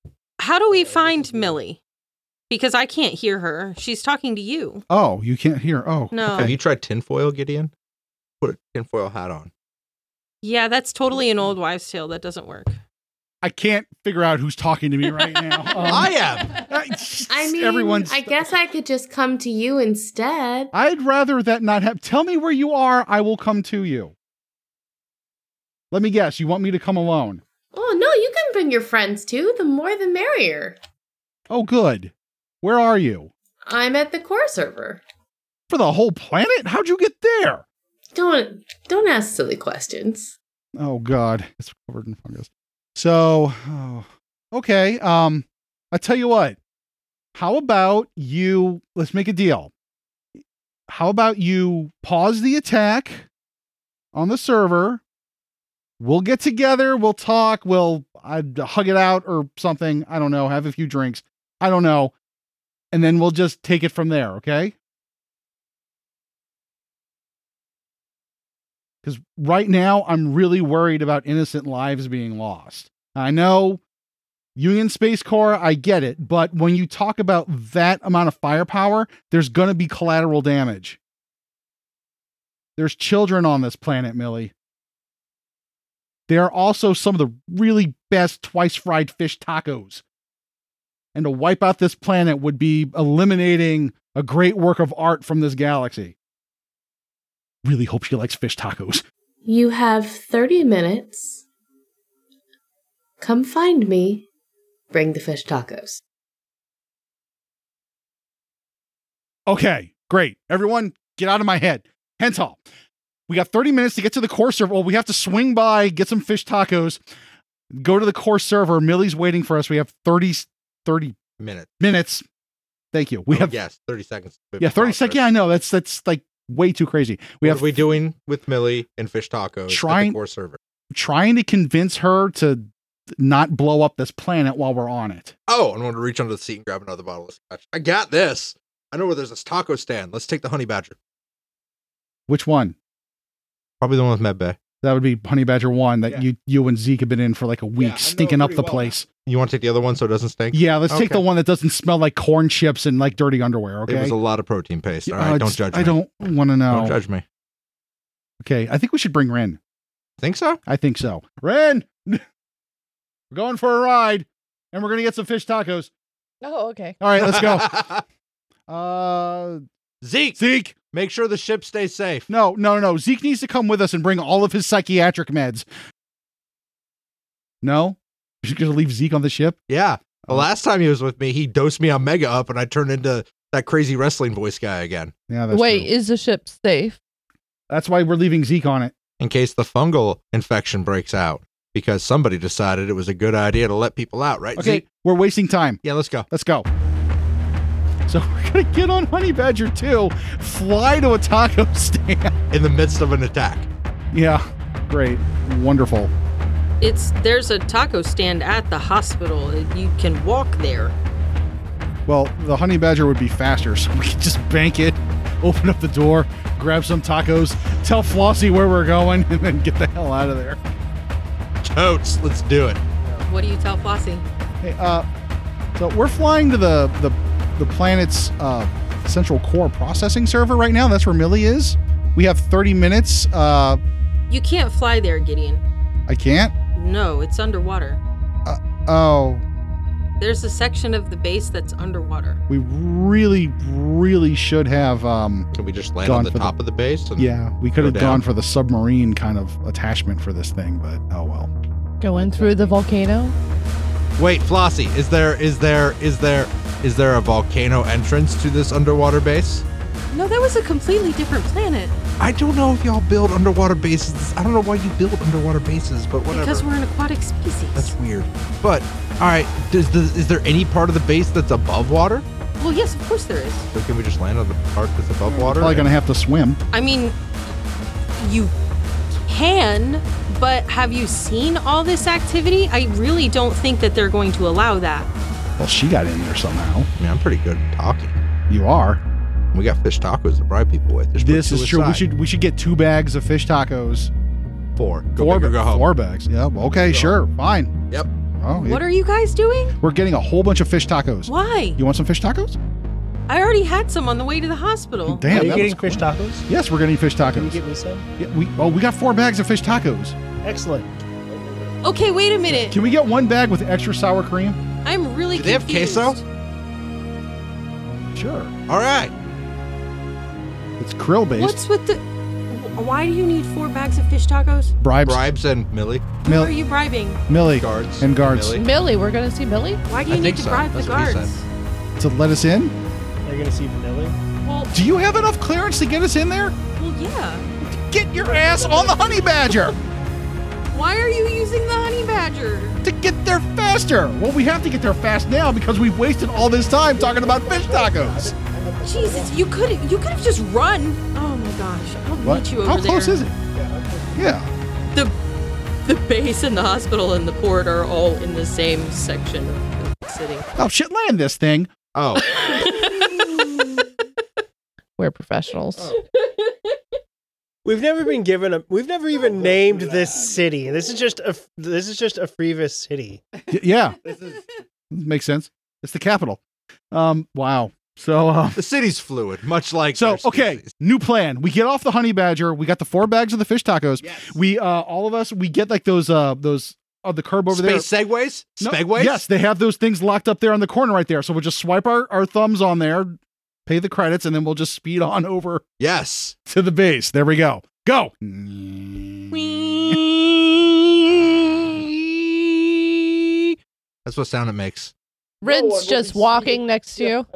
S2: how
S11: Oh,
S2: do we find Millie? Because I can't hear her. She's talking to you.
S6: Oh, you can't hear. Oh,
S2: No.
S11: Have you tried tinfoil, Gideon? Put a tinfoil hat on.
S2: Yeah, that's totally an old wives' tale. That doesn't work.
S6: I can't figure out who's talking to me right now. Um,
S11: I am.
S9: I mean,
S6: everyone's-
S9: I guess I could just come to you instead.
S6: I'd rather that not have. Tell me where you are. I will come to you. Let me guess. You want me to come alone?
S9: Oh, no, you can bring your friends too. The more the merrier.
S6: Oh, good. Where are you?
S9: I'm at the core server.
S6: For the whole planet? How'd you get there?
S9: Don't don't ask silly questions.
S6: Oh God, it's covered in fungus. So, oh, okay. Um, I tell you what. How about you? Let's make a deal. How about you pause the attack on the server? We'll get together. We'll talk. We'll i hug it out or something. I don't know. Have a few drinks. I don't know. And then we'll just take it from there. Okay. because right now I'm really worried about innocent lives being lost. I know Union Space Corps, I get it, but when you talk about that amount of firepower, there's going to be collateral damage. There's children on this planet, Millie. There are also some of the really best twice fried fish tacos. And to wipe out this planet would be eliminating a great work of art from this galaxy. Really hope she likes fish tacos.
S9: You have 30 minutes. Come find me Bring the fish tacos.
S6: Okay, great. Everyone, get out of my head. Henthal, we got 30 minutes to get to the core server. Well, we have to swing by, get some fish tacos, go to the core server. Millie's waiting for us. We have 30, 30
S11: Minute.
S6: minutes. Thank you. We
S11: Oh,
S6: have
S11: yes, thirty seconds.
S6: yeah, 30 seconds. Yeah, I know. That's that's like way too crazy. We
S11: what
S6: have
S11: are we doing with Millie and fish tacos?
S6: Trying-
S11: at the core server.
S6: trying to convince her to not blow up this planet while we're on it.
S11: Oh, I'm going to reach under the seat and grab another bottle of scotch. I got this. I know where there's this taco stand. Let's take the honey badger.
S6: Which one?
S11: Probably the one with Medbay.
S6: That would be Honey Badger 1 that
S11: Yeah.
S6: you you and Zeke have been in for like a week, stinking up the place.
S11: You want to take the other one so it doesn't stink?
S6: Yeah, let's take the
S11: Okay.
S6: one that doesn't smell like corn chips and like dirty underwear, okay?
S11: It was a lot of protein paste. All
S6: Uh,
S11: right, don't
S6: it's-
S11: judge.
S6: I
S11: me.
S6: don't want to know.
S11: Don't judge me.
S6: Okay, I think we should bring Ren.
S11: Think so?
S6: I think so. Ren, we're going for a ride, and we're gonna get some fish tacos.
S4: Oh, okay.
S6: All right, let's go. uh,
S11: Zeke,
S6: Zeke,
S11: make sure the ship stays safe.
S6: no, no, no. Zeke needs to come with us and bring all of his psychiatric meds. No, you're gonna leave Zeke on the ship.
S11: Yeah. The
S6: Uh-huh.
S11: last time he was with me, he dosed me on Mega Up, and I turned into that crazy wrestling voice guy again.
S6: Yeah, that's
S4: Wait, is the ship safe?
S6: that's why we're leaving Zeke on it.
S11: In case the fungal infection breaks out, because somebody decided it was a good idea to let people out, right?
S6: Okay,
S11: Zeke?
S6: we're wasting time.
S11: Yeah, let's go.
S6: Let's go. So we're gonna get on Honey Badger 2, fly to a taco stand.
S11: In the midst of an attack.
S6: Yeah, great, wonderful.
S2: It's there's a taco stand at the hospital. You can walk there.
S6: Well, the honey badger would be faster, so we could just bank it, open up the door, grab some tacos, tell Flossie where we're going, and then get the hell out of there.
S11: Totes, let's do it.
S2: What do you tell Flossie?
S6: Hey, uh, so we're flying to the the, the planet's uh, central core processing server right now. That's where Millie is. We have 30 minutes. Uh,
S2: You can't fly there, Gideon.
S6: I can't.
S2: No, it's underwater.
S6: Oh,
S2: There's a section of the base that's underwater.
S6: we really, really should have. Um,
S11: Can we just land
S6: Gone
S11: on the
S6: for the-
S11: top of the base? and
S6: yeah, we could
S11: go
S6: have
S11: down?
S6: gone for the submarine kind of attachment for this thing, but oh well.
S4: Going through the volcano?
S11: Wait, Flossie, is there is there is there is there a volcano entrance to this underwater base?
S2: No, that was a completely different planet
S11: I don't know if y'all build underwater bases. I don't know why you build underwater bases, but whatever.
S2: because we're an aquatic species.
S11: That's weird. But all right, does the, is there any part of the base that's above water?
S2: Well, yes, of course there is.
S11: So can we just land on the part that's above water?
S6: Probably gonna have to swim.
S2: I mean, you can, but have you seen all this activity? I really don't think that they're going to allow that.
S6: Well, she got in there somehow.
S11: I mean, I'm pretty good at talking.
S6: You are.
S11: We got fish tacos to bribe people with. Just put
S6: This
S11: two
S6: is true. We
S11: aside.
S6: should we should get two bags of fish tacos.
S11: four. Go
S6: four,
S11: big or
S6: ba-
S11: go home.
S6: four bags. Yeah. well, Okay. sure. Fine.
S11: Yep.
S6: Oh, yeah.
S2: What are you guys doing?
S6: We're getting a whole bunch of fish tacos.
S2: Why?
S6: You want some fish tacos?
S2: I already had some on the way to the hospital.
S6: Damn.
S12: Are you
S6: that
S12: getting
S6: was-
S12: fish tacos?
S6: yes, we're getting fish
S12: Can you
S6: tacos.
S12: get me some?
S6: Yeah, we oh we got four bags of fish tacos.
S12: Excellent.
S2: Okay, wait a minute.
S6: Can we get one bag with extra sour cream?
S2: I'm really
S11: Do they have
S2: confused.
S11: queso?
S6: Sure.
S11: All right.
S6: It's krill based.
S2: What's with the? wh- Why do you need four bags of fish tacos?
S6: bribes?
S11: Bribes and Millie.
S2: Who
S6: Mil-
S2: are you bribing?
S6: Millie
S11: Guards.
S6: and guards
S11: Millie.
S4: Billy, we're going to see Billy?
S2: Why do
S11: I
S2: you need
S11: think
S2: to
S11: so.
S2: bribe the
S11: That's what he
S2: guards?
S6: to let us in.
S12: Are you gonna see vanilla?
S2: Well,
S6: Do you have enough clearance to get us in there?
S2: well, yeah.
S6: Get your ass on the honey badger
S2: Why are you using the honey badger?
S6: to get there faster. Well, we have to get there fast now because we've wasted all this time talking about fish tacos.
S2: Jesus, you could you could have just run. Oh my gosh, I'll meet you over
S6: How
S2: there.
S6: close is it? Yeah.
S2: The the base and the hospital and the port are all in the same section of the city.
S6: Oh shit! Land this thing.
S11: Oh,
S4: We're professionals.
S12: We've never been given a. We've
S6: Oh,
S12: never even named this city. This is just a. This is just a Frevis city.
S6: Y- yeah. Makes sense. It's the capital. Um. Wow. So. Um,
S11: the city's fluid, much like
S6: so
S11: our
S6: okay,
S11: species.
S6: new plan. We get off the honey badger. We got the four bags of the fish tacos.
S11: Yes.
S6: We uh all of us we get like those uh those on the curb over there.
S11: Space segways.
S6: No,
S11: Spegways.
S6: Yes, they have those things locked up there on the corner right there. So we'll just swipe our, our thumbs on there, pay the credits, and then we'll just speed on over
S11: Yes.
S6: to the base. There we go. Go.
S2: Whee!
S11: That's what sound it makes.
S4: Rin's just walking next to you.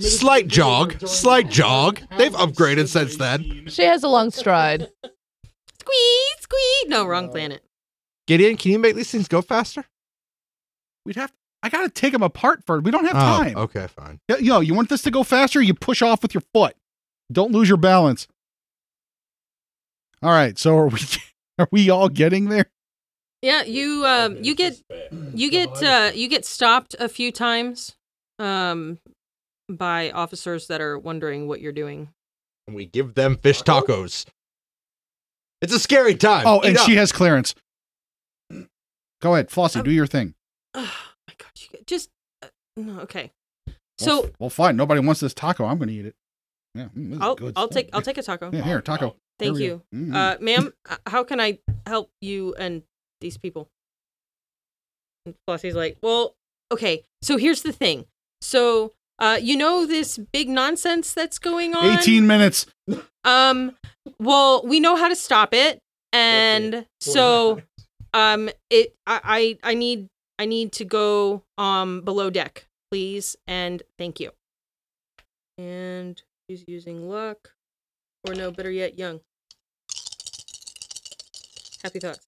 S11: Slight jog, slight jog. They've upgraded since then.
S4: She has a long stride.
S2: Squeeze, squeeze. No, wrong planet.
S11: Gideon, can you make these things go faster?
S6: We'd have. I gotta take them apart first. We don't have
S11: Oh,
S6: time.
S11: Okay, fine.
S6: Y- Yo, you want this to go faster? You push off with your foot. Don't lose your balance. All right. So are we? Are we all getting there?
S2: Yeah, you um you get you get uh you get stopped a few times um by officers that are wondering what you're doing.
S11: And we give them fish tacos. It's a scary time.
S6: Oh,
S11: Eat
S6: and
S11: up.
S6: she has clearance. Go ahead,
S2: Um,
S6: Flossie. Do your thing.
S2: You get- Just uh, no, okay.
S6: Well,
S2: So
S6: f- well, fine. Nobody wants this taco. I'm gonna eat it. Yeah, mm, this is
S2: I'll
S6: good
S2: I'll
S6: stuff.
S2: take I'll
S6: Yeah.
S2: take a taco.
S6: Yeah, here, taco.
S2: Oh, Thank
S6: Here
S2: you.
S6: we go. Mm.
S2: Uh ma'am, uh, how can I help you and these people? And Flossie's like, "Well, okay. So here's the thing. So uh you know this big nonsense that's going on?
S6: 18 minutes.
S2: Um, well, we know how to stop it, and so, um, it I, I I need I need to go um below deck, please, and thank you. And she's using luck, or no, better yet, young. Happy thoughts.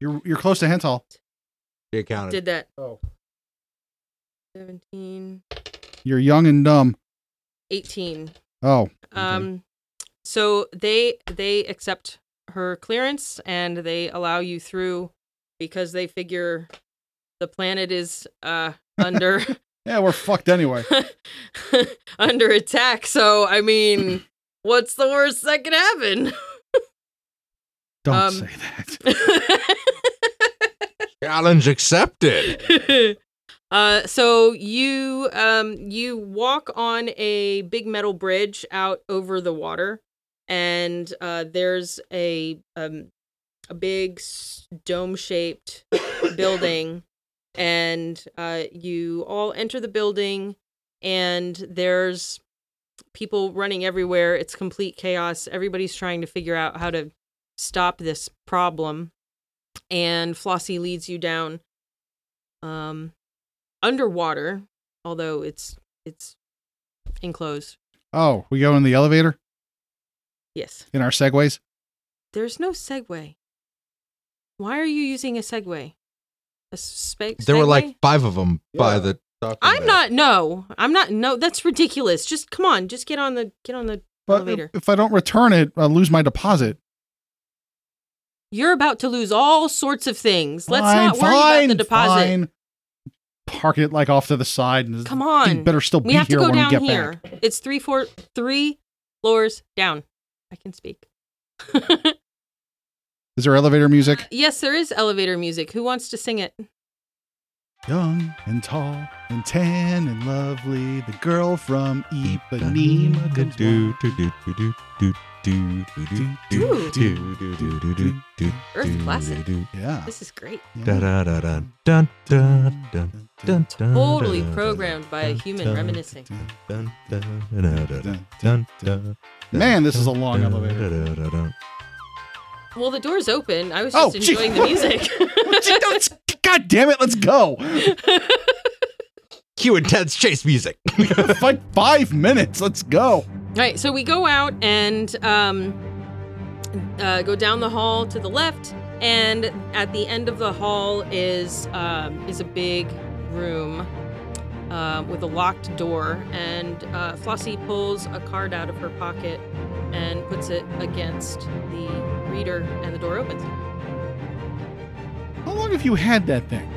S6: You're you're close to Henthal.
S11: She accounted.
S2: Did that. Oh. 17,
S6: You're young and dumb.
S2: 18.
S6: Oh,
S2: Um, so they they accept her clearance and they allow you through because they figure the planet is uh under
S6: yeah, we're fucked anyway.
S2: under attack. So I mean, what's the worst that could happen?
S6: Don't
S2: Um,
S6: say that.
S11: Challenge accepted.
S2: uh, so you um you walk on a big metal bridge out over the water, and uh, there's a um a big dome shaped building, and uh, you all enter the building, and there's people running everywhere. It's complete chaos. Everybody's trying to figure out how to stop this problem. And Flossie leads you down um underwater, although it's it's enclosed.
S6: Oh, we go in the elevator
S2: Yes.
S6: in our segways.
S2: There's no segue. Why are you using a segue? A spe-
S11: There were
S2: Segway?
S11: like five of them by the.
S2: I'm not no. I'm not no. That's ridiculous. Just come on. Just get on the get on the
S6: But uh, if,
S2: elevator.
S6: if I don't return it, I'll lose my deposit.
S2: You're about to lose all sorts of things. Let's
S6: Fine,
S2: not worry about the
S6: fine,
S2: deposit.
S6: fine. Park it like off to the side. And
S2: Come
S6: thing
S2: on.
S6: better still
S2: we
S6: be
S2: have
S6: here
S2: to go
S6: when
S2: down
S6: we get
S2: here.
S6: back.
S2: It's three, four, three floors down. I can speak.
S6: Is there elevator music?
S2: Yes, there is elevator music. Who wants to sing it?
S6: Young and tall and tan and lovely, the girl from Ipanema. comes
S11: Do, do, do, do, do, do, do, do, do, do,
S2: Ooh.
S11: do, do, do, do, do, do,
S2: Earth
S11: do,
S2: classic.
S11: do, do.
S6: Yeah.
S2: This is great.
S11: Da, da, da, da, dun, dun, dun, dun, dun,
S2: Totally
S11: dun,
S2: programmed by a human
S11: dun,
S2: reminiscing.
S11: dun, dun, dun, dun, dun, dun, dun,
S6: Man, this is a
S11: dun,
S6: long
S11: dun,
S6: elevator.
S11: dun, dun, dun, dun.
S2: Well, the door's open. I was
S6: Oh,
S2: just
S6: gee.
S2: enjoying the music.
S6: God damn it, let's go.
S11: Cue intense chase music.
S6: like five minutes, let's go.
S2: All right, so we go out and um, uh, go down the hall to the left, and at the end of the hall is um, is a big room uh, with a locked door. And uh, Flossie pulls a card out of her pocket and puts it against the reader, and the door opens.
S6: How long have you had that thing?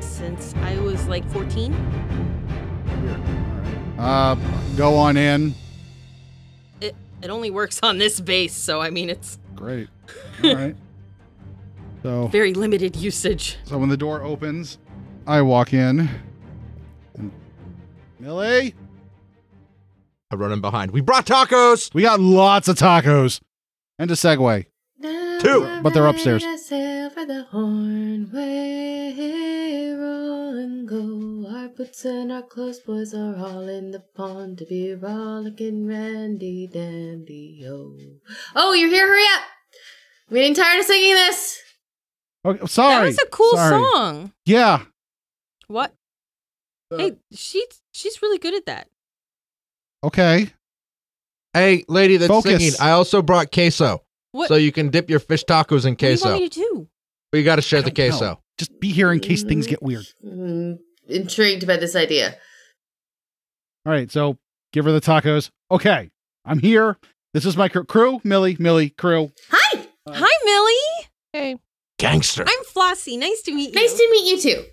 S2: Since I was like 14,
S6: Uh, go on in.
S2: it it only works on this base, so I mean it's
S6: Great. All right. So,
S2: very limited usage.
S6: so when the door opens, I walk in. And Millie,
S11: I run in behind. We brought tacos.
S6: we got lots of tacos and a Segway.
S11: Two.
S6: But they're upstairs.
S9: Ride a sail for the horn, we're on go. Our boots and our clothes, boys are all in the pond to be rollicking randy dandy. Oh, oh, you're here! Hurry up! I'm getting tired of singing this.
S6: Okay, sorry.
S2: That was a cool
S6: Sorry.
S2: song.
S6: Yeah.
S2: What? hey, she she's really good at that.
S6: Okay.
S11: Hey, lady that's
S6: Focus.
S11: singing, I also brought queso.
S2: What-
S11: So you can dip your fish tacos in
S2: What do you
S11: queso.
S2: want me to do?
S11: but you got to share the
S6: don't know.
S11: queso.
S6: Just be here in case things get weird.
S9: Mm, intrigued by this idea.
S6: All right, so give her the tacos. Okay, I'm here. This is my crew. Crew, Millie, Millie, crew.
S2: Hi, Millie.
S4: Hey.
S6: Gangster.
S2: I'm Flossie. Nice to meet you.
S9: Nice to meet you too.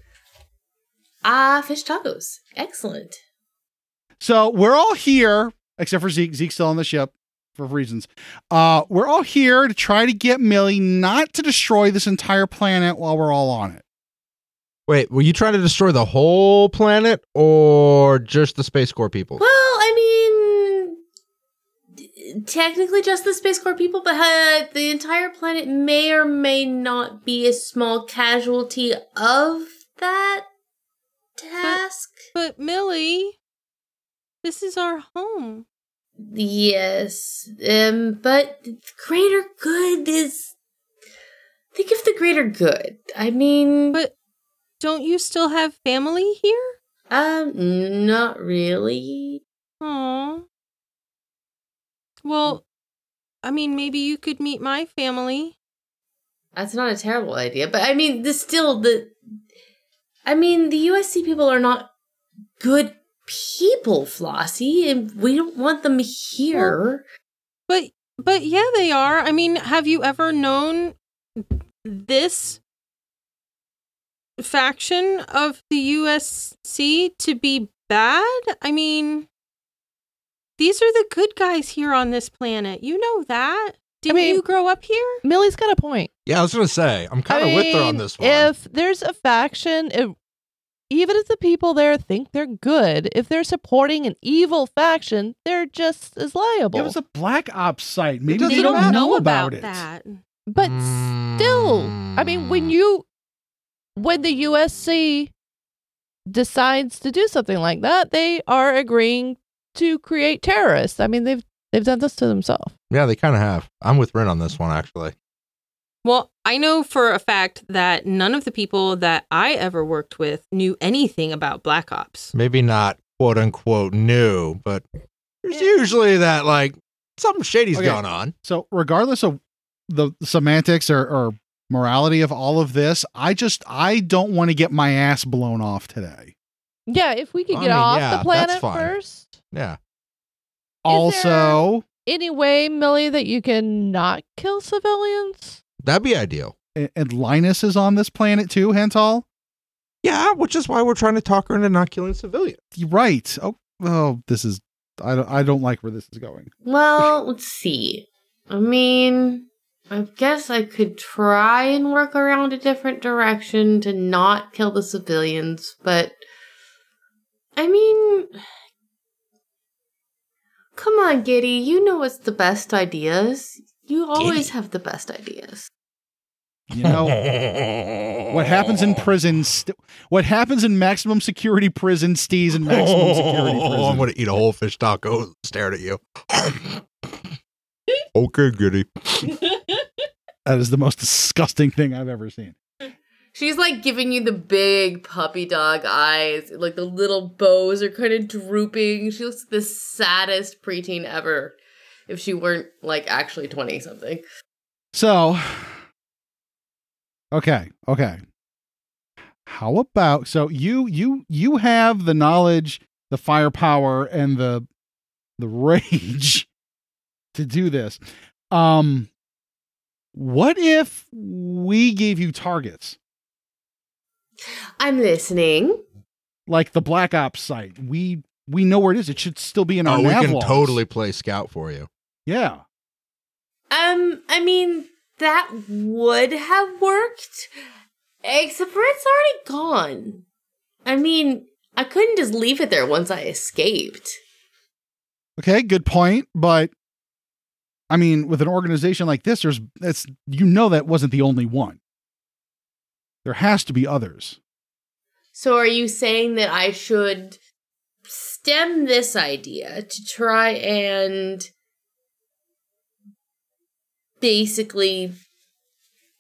S9: Ah, fish tacos. Excellent.
S6: So we're all here, except for Zeke. Zeke's still on the ship for reasons. Uh, we're all here to try to get Millie not to destroy this entire planet while we're all on it.
S11: Wait, were you trying to destroy the whole planet or just the Space Corps people?
S9: Well, I mean, technically just the Space Corps people, but uh, the entire planet may or may not be a small casualty of that task.
S2: But Millie, this is our home.
S9: Yes, um, but the greater good is. Think of the greater good. I mean,
S2: but don't you still have family here?
S9: Um, not really.
S2: Aw. Well, I mean, maybe you could meet my family.
S9: That's not a terrible idea, but I mean, this still the. I mean, the USC people are not good people, Flossie, and we don't want them here.
S2: But but yeah, they are. I mean, have you ever known this faction of the USC to be bad? I mean, these are the good guys here on this planet. You know that. Didn't
S4: mean-
S2: you grow up here?
S4: Millie's got a point.
S11: Yeah, I was going to say, I'm kind of
S4: I
S11: with her on
S4: mean,
S11: this one.
S4: If there's a faction, if, even if the people there think they're good, if they're supporting an evil faction, they're just as liable.
S6: It was a black ops site. Maybe
S4: doesn't
S6: they don't
S4: matter.
S6: know about, it.
S2: That.
S4: but
S11: Mm.
S4: still, I mean, when you when the USC decides to do something like that, they are agreeing to create terrorists. I mean, they've they've done this to themselves.
S11: yeah, they kind of have. I'm with Ren on this one, actually.
S2: Well, I know for a fact that none of the people that I ever worked with knew anything about Black Ops.
S11: Maybe not quote unquote new, but there's usually that, like, something shady's
S6: Okay.
S11: going on.
S6: So, regardless of the semantics or, or morality of all of this, I just I don't want to get my ass blown off today.
S4: Yeah, if we could
S11: I
S4: get
S11: mean,
S4: off
S11: yeah, that's
S4: the planet
S11: fine.
S4: first.
S11: Yeah.
S6: Also,
S4: Any way, Millie, that you can not kill civilians?
S11: That'd be ideal.
S6: and, and Linus is on this planet too, Hental.
S11: Yeah, which is why we're trying to talk her into not killing civilians.
S6: You're Right. Oh, oh, this is I don't I don't like where this is going.
S9: Well, let's see. I mean, I guess I could try and work around a different direction to not kill the civilians, but I mean, come on, Giddy. You know what's the best ideas. You always have the best ideas.
S6: You know what happens in prison. St- what happens in maximum security prison stays in maximum security
S11: Oh, I'm
S6: prison.
S11: going to eat a whole fish taco stared at you. okay, goody.
S6: That is the most disgusting thing I've ever seen.
S9: She's like giving you the big puppy dog eyes. Like the little bows are kind of drooping. She looks the saddest preteen ever. If she weren't like actually 20 something.
S6: So, okay, okay. How about so you you you have the knowledge, the firepower, and the the rage to do this. Um, what if we gave you targets
S9: I'm listening.
S6: like the Black Ops site? We we know where it is. It should still be in our
S11: Oh, we
S6: nav
S11: can
S6: logs.
S11: totally play scout for you.
S6: Yeah.
S9: Um, I mean, that would have worked, except for it's already gone. I mean, I couldn't just leave it there once I escaped.
S6: Okay, good point, but I mean, with an organization like this, there's that's you know that wasn't the only one. There has to be others.
S9: So are you saying that I should stem this idea to try and basically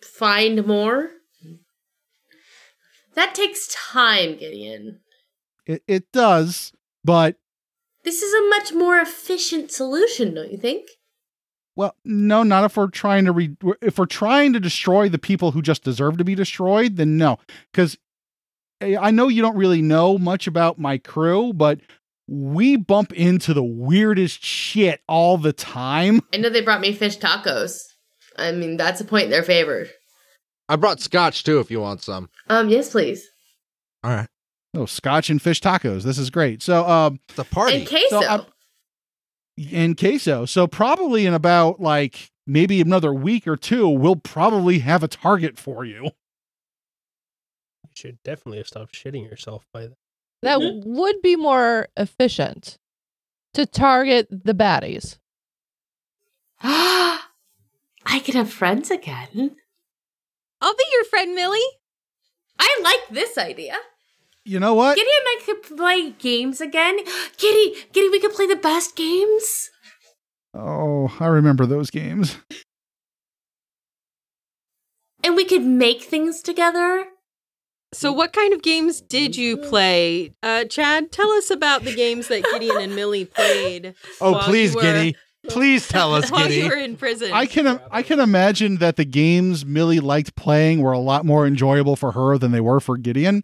S9: find more? That takes time, Gideon.
S6: It, it does, but
S9: This is a much more efficient solution, don't you think?
S6: well, no, not if we're trying to re- if we're trying to destroy the people who just deserve to be destroyed, then no, because I know you don't really know much about my crew, but we bump into the weirdest shit all the time.
S9: I know they brought me fish tacos. I mean, that's a point in their favor.
S11: I brought scotch too if you want some.
S9: Um, yes, please.
S11: All right.
S6: Oh, scotch and fish tacos. This is great. So, um,
S11: it's a party.
S9: And queso.
S6: So I'm- and queso. So probably in about like maybe another week or two, we'll probably have a target for you.
S12: You should definitely have stopped shitting yourself by then.
S4: That would be more efficient to target the baddies.
S9: I can have friends again.
S2: I'll be your friend, Millie.
S9: I like this idea.
S6: You know what?
S9: Giddy and I could play games again. Giddy, Giddy, we could play the best games.
S6: Oh, I remember those games.
S9: And we could make things together.
S2: So, what kind of games did you
S11: Mm-hmm.
S2: play? Uh, Chad, tell us about the games that Gideon and Millie played.
S11: Oh,
S2: while
S11: please,
S2: you were-
S11: Giddy. Please tell us,
S2: While
S11: Giddy.
S2: you were in prison.
S6: I can I can imagine that the games Millie liked playing were a lot more enjoyable for her than they were for Gideon.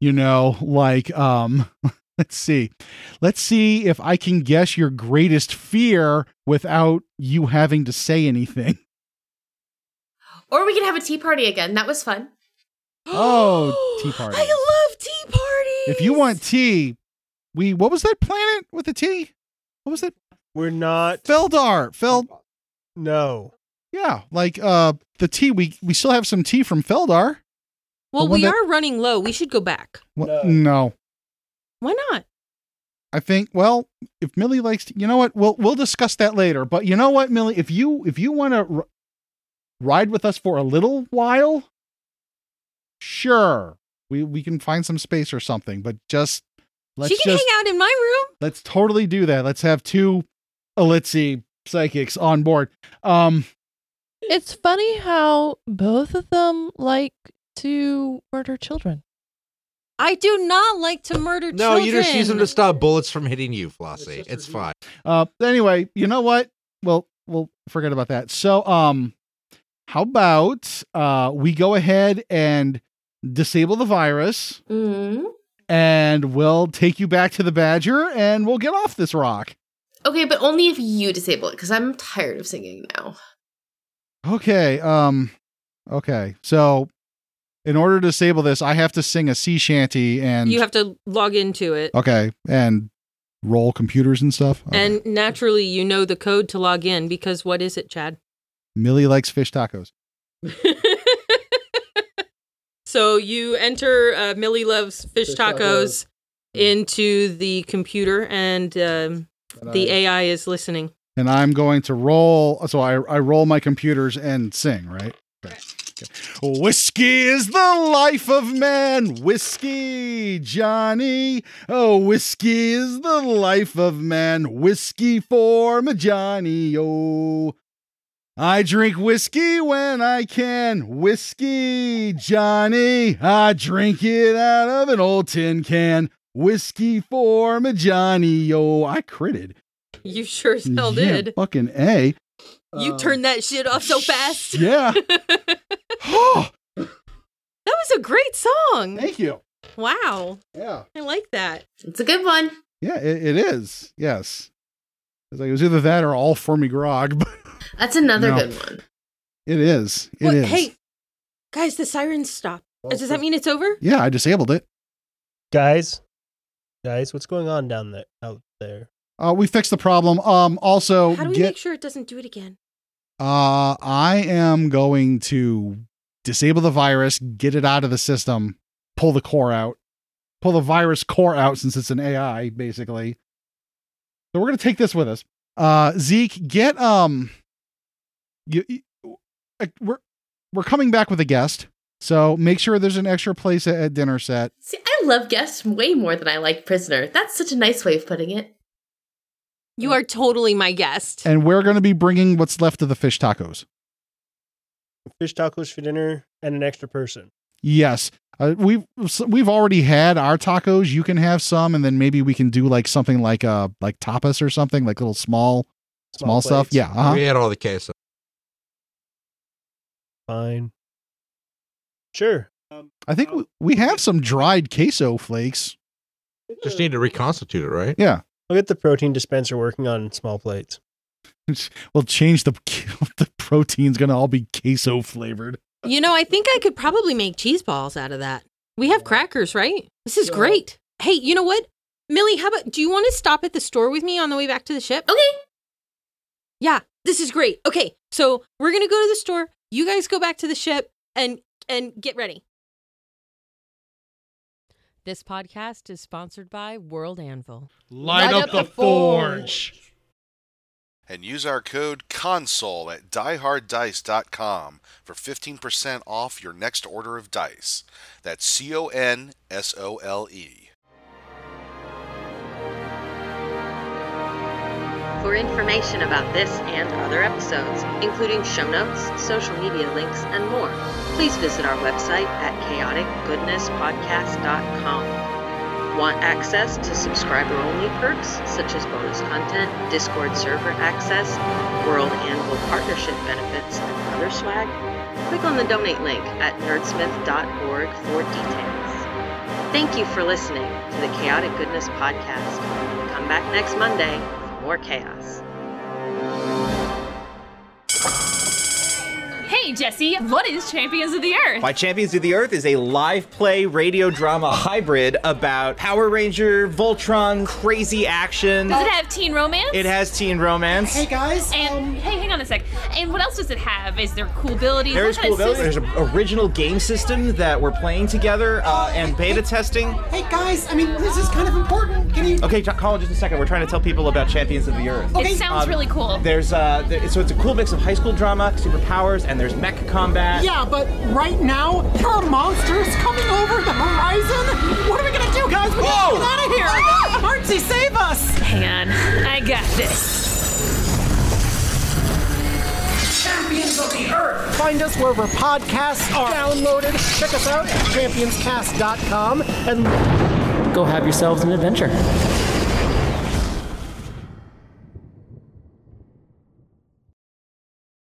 S6: You know, like um let's see. Let's see if I can guess your greatest fear without you having to say anything.
S9: Or we could have a tea party again. That was fun.
S6: Oh, tea party.
S2: I love tea party.
S6: If you want tea, we what was that planet with the T? What was it?
S12: We're not
S6: Uh, Feldar. Feld
S12: No.
S6: Yeah, like uh the tea we we still have some tea from Feldar.
S2: Well,
S6: The one
S2: we
S6: that-
S2: are running low. We should go back.
S6: Well, no.
S2: Why not?
S6: I think well, if Millie likes to, you know what, we'll we'll discuss that later, but you know what, Millie, if you if you want to r- ride with us for a little while, sure. We we can find some space or something, but just let's
S2: she can
S6: just
S2: hang out in my room.
S6: Let's totally do that. Let's have two Elitzy psychics on board. Um,
S4: It's funny how both of them like to murder children.
S2: I do not like to murder
S11: No,
S2: children.
S11: you just use them to stop bullets from hitting you, Flossie. It's fine.
S6: uh, anyway, you know what? We'll we'll forget about that. So, um, how about uh, we go ahead and disable the virus,
S9: Mm.
S6: and we'll take you back to the Badger, and we'll get off this rock.
S9: Okay, but only if you disable it, because I'm tired of singing now.
S6: Okay. Um. Okay. So, in order to disable this, I have to sing a sea shanty, and
S2: You have to log into
S11: Oh,
S2: it.
S6: okay, and roll computers and stuff. Okay.
S2: And naturally, you know the code to log in because what is it, Chad?
S6: Millie likes fish tacos.
S2: So you enter uh, Millie Loves Fish,
S12: Fish
S2: tacos,
S12: tacos.
S6: Mm.
S2: into the computer, and um, the AI is listening.
S6: And I'm going to roll. So I, I roll my computers and sing, right? Okay. Okay. Whiskey is the life of man. Whiskey, Johnny. Oh, whiskey is the life of man. Whiskey for my Johnny. Oh, I drink whiskey when I can. Whiskey, Johnny. I drink it out of an old tin can. Whiskey for my Johnny. Oh, I critted.
S2: You sure as hell
S6: Yeah,
S2: did.
S6: Fucking A.
S2: You turned that shit off so fast.
S6: Yeah. Oh,
S2: That was a great song.
S6: Thank you.
S2: Wow.
S6: Yeah.
S2: I like that.
S9: It's a good one.
S6: Yeah, it, it is. Yes. It's like it was either that or all for me grog, but
S9: That's another
S6: No.
S9: good one.
S6: it is. It is.
S2: What- Hey, guys, the sirens stopped. Does that mean it's over?
S6: Yeah, I disabled it.
S12: Guys, guys, what's going on down there out there?
S6: Uh, we fixed the problem. Um also
S2: How do we
S6: get
S2: make sure it doesn't do it again?
S6: uh I am going to disable the virus, get it out of the system, pull the core out. Pull the virus core out since it's an AI, basically. So we're gonna take this with us. Uh Zeke, get um you, you- uh, we're we're coming back with a guest. So make sure there's an extra place at, at dinner set.
S9: See, I love guest way more than I like prisoner. That's such a nice way of putting it.
S2: You are totally my guest.
S6: And we're gonna be bringing what's left of the fish tacos.
S12: Fish tacos for dinner and an extra person.
S6: Yes. Uh, we've we've already had our tacos. You can have some, and then maybe we can do like something like uh like tapas or something like little small small, stuff.
S11: plates.
S6: Yeah, uh-huh.
S11: We had all the queso.
S12: Fine. Sure.
S6: I think we, we have some dried queso flakes.
S11: Just need to reconstitute it, right?
S6: Yeah,
S12: I'll get the protein dispenser working on small plates.
S6: we'll change the the protein's gonna all be queso flavored.
S2: You know, I think I could probably make cheese balls out of that. We have crackers, right? This is great. Hey, you know what? Millie, how about do you want to stop at the store with me on the way back to the
S9: Oh.
S2: ship? Okay. Yeah, this is great. Okay. So, we're going to go to the store. You guys go back to the ship and and get ready.
S13: This podcast is sponsored by World Anvil.
S14: Light up the forge.
S15: and use our code CONSOLE at dieharddice.com for 15% off your next order of dice. That's C O N S O L E.
S1: For information about this and other episodes, including show notes, social media links, and more, please visit our website at chaoticgoodnesspodcast.com. Want access to subscriber only perks such as bonus content, Discord server access, World Anvil partnership benefits, and other swag? Click on the donate link at nerdsmith.org for details. Thank you for listening to the Chaotic Goodness Podcast. Come back next Monday for more chaos.
S16: Hey, Jesse, what is Champions of the Earth?
S17: Why Champions of the Earth is a live play radio drama hybrid about Power Ranger, Voltron, crazy action.
S16: Does it have teen romance?
S17: It has teen romance.
S16: guys. And
S18: um,
S16: hey, hang on a sec. And what else does it have? Is there cool abilities?
S17: There's
S16: What kind
S17: cool
S16: of
S17: abilities.
S16: system-
S17: There's an original game system that we're playing together uh, and beta testing.
S18: Hey guys, I mean this is kind of important. Can you?
S17: Okay, t- Colin, just a second. We're trying to tell people about Champions of the Earth. Um,
S16: It sounds really cool.
S17: There's uh, th- so it's a cool mix of high school drama, superpowers, and there's mech combat.
S18: Yeah, but right now there are monsters coming over the horizon. What are we gonna do, guys? We gotta get out of here.
S16: Ah!
S18: Artsy, save us!
S16: Hang on, I got this.
S18: Champions of the Earth. Find us wherever podcasts are downloaded. Check us out at championscast.com and
S19: Go have yourselves an adventure.